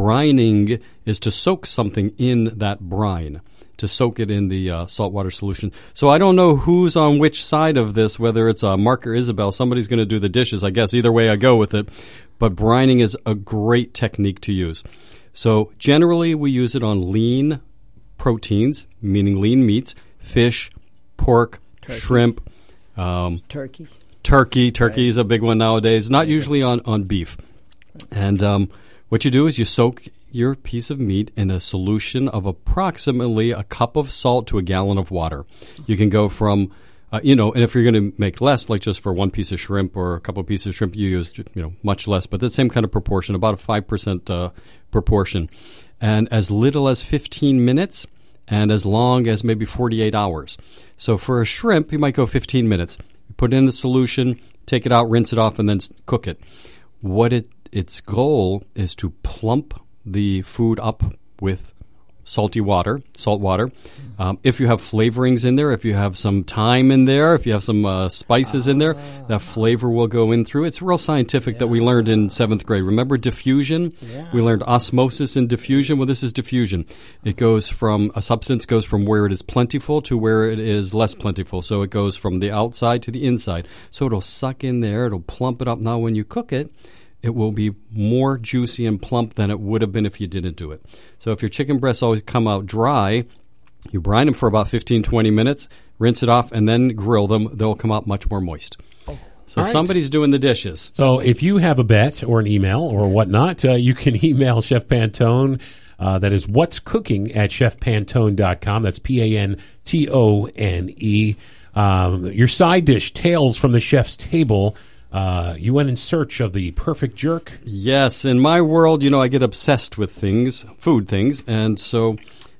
Speaker 4: Brining is to soak something in that brine, to soak it in the uh, saltwater solution. So I don't know who's on which side of this, whether it's uh, Mark or Isabel. Somebody's going to do the dishes, I guess. Either way, I go with it. But brining is a great technique to use. So generally, we use it on lean proteins, meaning lean meats, fish, pork, shrimp, um,
Speaker 3: Turkey.
Speaker 4: turkey. Turkey is a big one nowadays. Not usually on on beef. And um, what you do is you soak your piece of meat in a solution of approximately a cup of salt to a gallon of water. You can go from uh, you know, and if you're going to make less, like just for one piece of shrimp or a couple of pieces of shrimp, you use you know much less, but the same kind of proportion, about a five percent uh, proportion, and as little as fifteen minutes, and as long as maybe 48 hours. So for a shrimp, you might go 15 minutes. You put it in the solution, take it out, rinse it off, and then s- cook it. What it its goal is to plump the food up with salty water, salt water. Um, if you have flavorings in there, if you have some thyme in there, if you have some uh, spices in there, that flavor will go in through. It's real scientific that we learned in seventh grade. Remember diffusion? We learned osmosis and diffusion. Well, this is diffusion. It goes from a substance goes from where it is plentiful to where it is less plentiful. So it goes from the outside to the inside. So it'll suck in there. It'll plump it up. Now, when you cook it, it will be more juicy and plump than it would have been if you didn't do it. So if your chicken breasts always come out dry, you brine them for about 15, 20 minutes, rinse it off, and then grill them. They'll come out much more moist. So somebody's doing the dishes.
Speaker 2: So if you have a bet or an email or whatnot, uh, you can email Chef Pantone. Uh, that is what's cooking at chefpantone.com. That's P A N T O N E. Um, your side dish, Tales from the Chef's Table. Uh, you went in search of the perfect jerk.
Speaker 4: Yes, in my world, you know, I get obsessed with things, food things, and so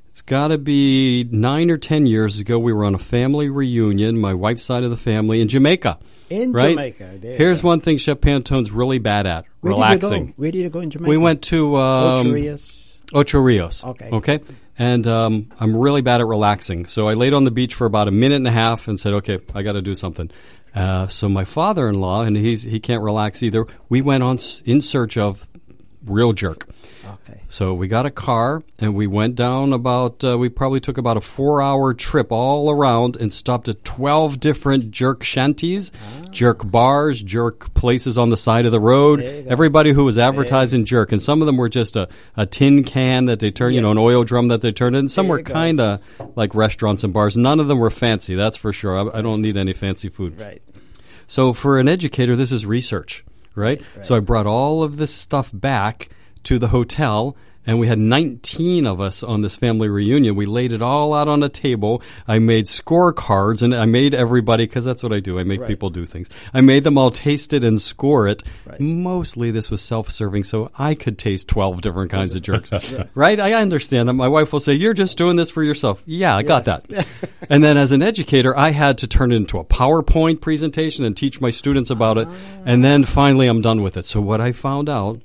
Speaker 4: it's got to be nine or ten years ago. We were on a family reunion, my wife's side of the family in Jamaica.
Speaker 3: In
Speaker 4: right?
Speaker 3: Jamaica. There.
Speaker 4: Here's one thing Chef Pantone's really bad at:
Speaker 3: Where Did you
Speaker 4: relaxing.
Speaker 3: go? Where did you go in Jamaica?
Speaker 4: We went to um,
Speaker 3: Ocho Rios.
Speaker 4: Ocho Rios.
Speaker 3: Okay.
Speaker 4: Okay. And um, I'm really bad at relaxing. So I laid on the beach for about a minute and a half and said, okay, I got to do something. Uh, so my father in law, and he's, he can't relax either, we went on s- in search of real jerk.
Speaker 3: Okay.
Speaker 4: So we got a car and we went down about, uh, we probably took about a four hour trip all around and stopped at 12 different jerk shanties,
Speaker 3: Ah.
Speaker 4: jerk bars, jerk places on the side of the road. Everybody who was advertising jerk. And some of them were just a, a tin can that they turn, you know, an oil drum that they turned in. Some were kind of like restaurants and bars. None of them were fancy, that's for sure. I, I don't need any fancy food.
Speaker 3: Right.
Speaker 4: So for an educator, this is research, right? So I brought all of this stuff back to the hotel. and we had 19 of us on this family reunion. We laid it all out on a table. I made scorecards, and I made everybody because that's what I do. I make people do things. I made them all taste it and score it. Mostly, this was self-serving, so I could taste 12 different kinds of jerks. Right? I understand that. My wife will say, "You're just doing this for yourself." Yeah, I got that. and then, as an educator, I had to turn it into a PowerPoint presentation and teach my students about it. And then finally, I'm done with it. So what I found out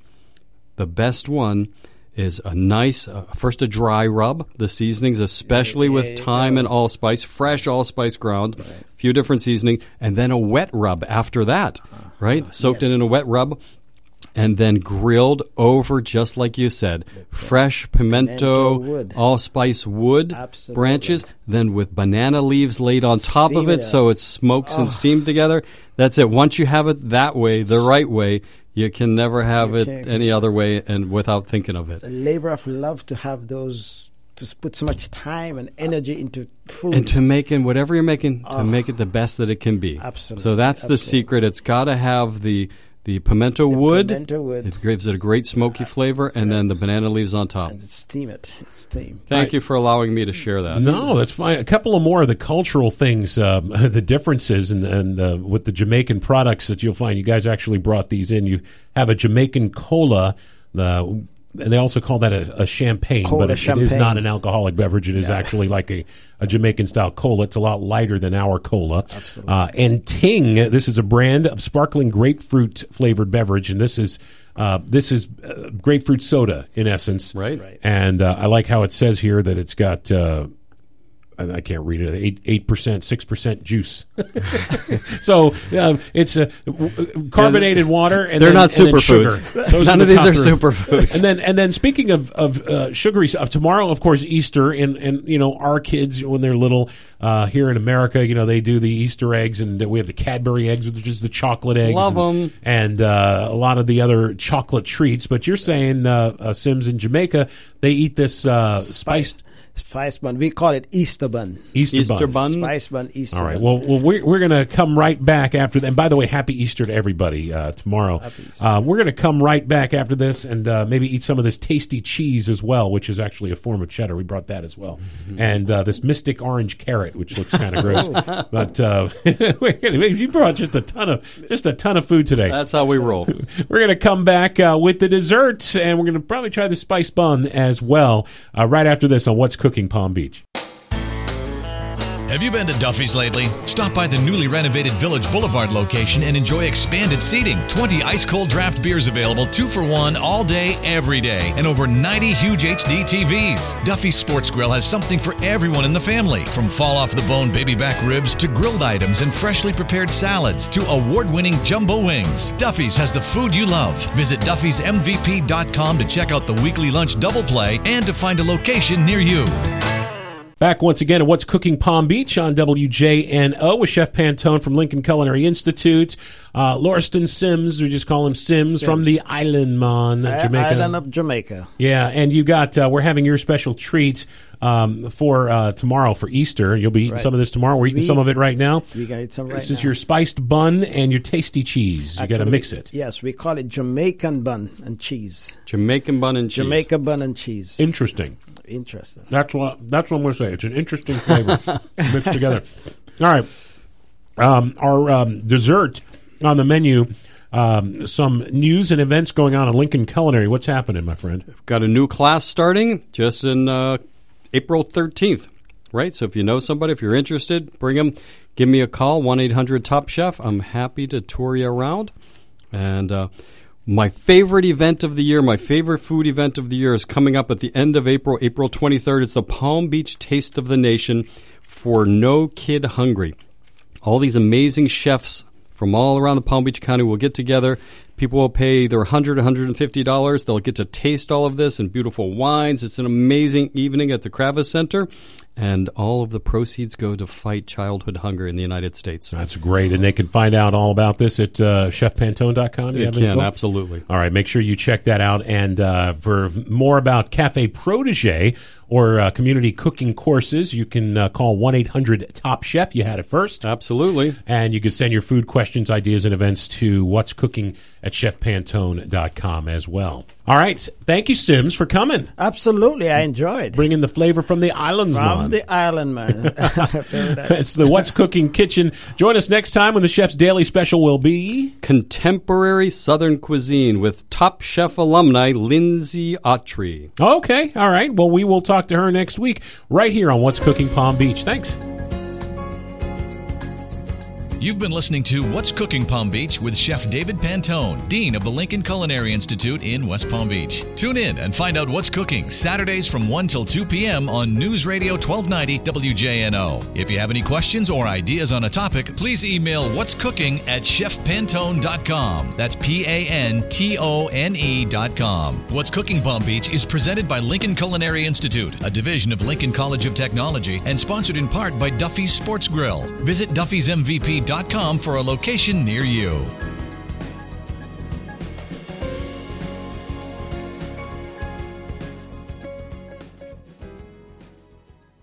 Speaker 4: the best one is a nice uh, first a dry rub the seasonings especially with thyme and allspice fresh allspice ground few different seasonings and then a wet rub after that
Speaker 3: Uh-huh.
Speaker 4: right soaked it in a wet rub and then grilled over just like you said fresh pimento,
Speaker 3: Pimento wood.
Speaker 4: allspice wood
Speaker 3: Absolutely.
Speaker 4: branches then with banana leaves laid on top of
Speaker 3: Steam
Speaker 4: it
Speaker 3: it
Speaker 4: so it smokes and steamed together that's it once you have it that way the right way you can never have it
Speaker 3: can't-
Speaker 4: any other way and without thinking of it
Speaker 3: a labor of love to have those to put so much time and energy into food.
Speaker 4: and to making whatever you're making to make it the best that it can be.
Speaker 3: Absolutely,
Speaker 4: So that's the secret. It's got to have the the pimento wood.
Speaker 3: pimento wood.
Speaker 4: It gives it a great smoky flavor, and then the banana leaves on top.
Speaker 3: steam it. Steam.
Speaker 4: Thank you for allowing me to share that.
Speaker 2: No, that's fine. A couple of more of the cultural things, um, the differences, and, and uh, with the Jamaican products that you'll find. You guys actually brought these in. You have a Jamaican cola. Uh, and they also call that a, a champagne,
Speaker 3: Cola
Speaker 2: but it- it is
Speaker 3: champagne.
Speaker 2: not an alcoholic beverage. It is actually like a, a Jamaican style cola. It's a lot lighter than our cola. Absolutely. Uh, and Ting, this is a brand of sparkling grapefruit flavored beverage, and this is uh, this is uh, grapefruit soda in essence.
Speaker 4: Right. Right.
Speaker 2: And uh, I like how it says here that it's got. Uh, I I can't read it. Eight eight percent, six percent juice. so um, it's uh, w- w- carbonated water, and
Speaker 4: They're
Speaker 2: then-
Speaker 4: not
Speaker 2: and then sugar.
Speaker 4: superfoods.
Speaker 2: Those are
Speaker 4: None
Speaker 2: the
Speaker 4: of these
Speaker 2: top
Speaker 4: are
Speaker 2: three.
Speaker 4: superfoods.
Speaker 2: And then, and then speaking of of uh, sugary stuff, tomorrow, of course, Easter, and and you know our kids when they're little uh, here in America, you know they do the Easter eggs, and we have the Cadbury eggs, which is the chocolate eggs,
Speaker 4: Love
Speaker 2: and-
Speaker 4: 'em.
Speaker 2: and uh, a lot of the other chocolate treats. But you're saying uh, uh, Sims in Jamaica, they eat this uh, spiced
Speaker 3: Spice bun. We call it Easter bun.
Speaker 2: Easter,
Speaker 4: Easter
Speaker 2: buns.
Speaker 4: bun.
Speaker 3: Spice bun. Easter.
Speaker 2: Mm. All right.
Speaker 3: bun.
Speaker 2: Well, well, we're we're gonna come right back after that. And by the way, happy Easter to everybody uh, tomorrow. Uh, we're gonna come right back after this and uh, maybe eat some of this tasty cheese as well, which is actually a form of cheddar. We brought that as well, and uh, this mystic orange carrot, which looks kind of gross. But uh, we're gonna, you brought just a ton of just a ton of food today.
Speaker 4: That's how we roll.
Speaker 2: We're going to come back uh, with the desserts, and we're going to probably try the spice bun as well uh, right after this on What's Cooking Palm Beach.
Speaker 1: Have you been to Duffy's lately? Stop by the newly renovated Village Boulevard location and enjoy expanded seating. 20 ice cold draft beers available, two for one, all day, every day, and over 90 huge HD TVs. Duffy's Sports Grill has something for everyone in the family from fall off the bone baby back ribs to grilled items and freshly prepared salads to award winning jumbo wings. Duffy's has the food you love. Visit Duffy'sMVP.com to check out the weekly lunch double play and to find a location near you.
Speaker 2: Back once again at What's Cooking Palm Beach on WJNO with Chef Pantone from Lincoln Culinary Institute. Uh, Lauriston Sims, we just call him Sims, from the island, man,
Speaker 3: I-
Speaker 2: Jamaica.
Speaker 3: Island of Jamaica.
Speaker 2: Yeah, and you got, uh, we're having your special treat um, for uh, tomorrow for Easter. You'll be eating
Speaker 3: Right.
Speaker 2: some of this tomorrow. We're eating
Speaker 3: We-
Speaker 2: some of it right now.
Speaker 3: We got it some right
Speaker 2: this is
Speaker 3: now.
Speaker 2: your spiced bun and your tasty cheese. You got to
Speaker 3: Actually,
Speaker 2: mix it.
Speaker 3: Yes, we call it Jamaican bun and cheese.
Speaker 4: Jamaican bun and cheese.
Speaker 3: Jamaica bun and cheese.
Speaker 2: Interesting.
Speaker 3: Interesting.
Speaker 2: That's what that's what I'm going to say. It's an interesting flavor mixed together. All right, um, our um, dessert on the menu. Um, some news and events going on in Lincoln Culinary. What's happening, my friend?
Speaker 4: Got a new class starting just in uh, April 13th, right? So if you know somebody, if you're interested, bring them. Give me a call, 1 800 Top Chef. I'm happy to tour you around. And uh, my favorite event of the year, my favorite food event of the year is coming up at the end of April, April 23rd. It's the Palm Beach Taste of the Nation for No Kid Hungry all these amazing chefs from all around the Palm Beach County will get together. People will pay either $100, $150. They'll get to taste all of this and beautiful wines. It's an amazing evening at the Kravis Center. And all of the proceeds go to fight childhood hunger in the United States.
Speaker 2: That's great, and they can find out all about this at uh, chefpantone.com. Do you
Speaker 4: You
Speaker 2: have
Speaker 4: can,
Speaker 2: info?
Speaker 4: absolutely.
Speaker 2: All right, make sure you check that out. And uh, for more about Cafe Protege or uh, community cooking courses, you can uh, call 1 800 Top Chef. You had it first.
Speaker 4: Absolutely.
Speaker 2: And you can send your food questions, ideas, and events to what's cooking at chefpantone.com as well. All right. Thank you, Sims, for coming,
Speaker 3: Absolutely, I enjoyed.
Speaker 2: bringing the flavor from the islands,
Speaker 3: From
Speaker 2: man.
Speaker 3: the island, man. Very nice.
Speaker 2: it's the What's Cooking Kitchen. Join us next time when the chef's daily special will be.
Speaker 4: Contemporary Southern Cuisine with Top Chef alumni Lindsay Autry.
Speaker 2: Okay. All right. Well, we will talk to her next week right here on What's Cooking Palm Beach. Thanks.
Speaker 1: You've been listening to What's Cooking Palm Beach with Chef David Pantone, Dean of the Lincoln Culinary Institute in West Palm Beach. Tune in and find out what's cooking Saturdays from 1 till 2 p.m. on News Radio 1290 WJNO. If you have any questions or ideas on a topic, please email what's cooking at chefpantone.com. That's P A N T O N E.com. What's Cooking Palm Beach is presented by Lincoln Culinary Institute, a division of Lincoln College of Technology, and sponsored in part by Duffy's Sports Grill. Visit Duffy'sMVP.com for a location near you.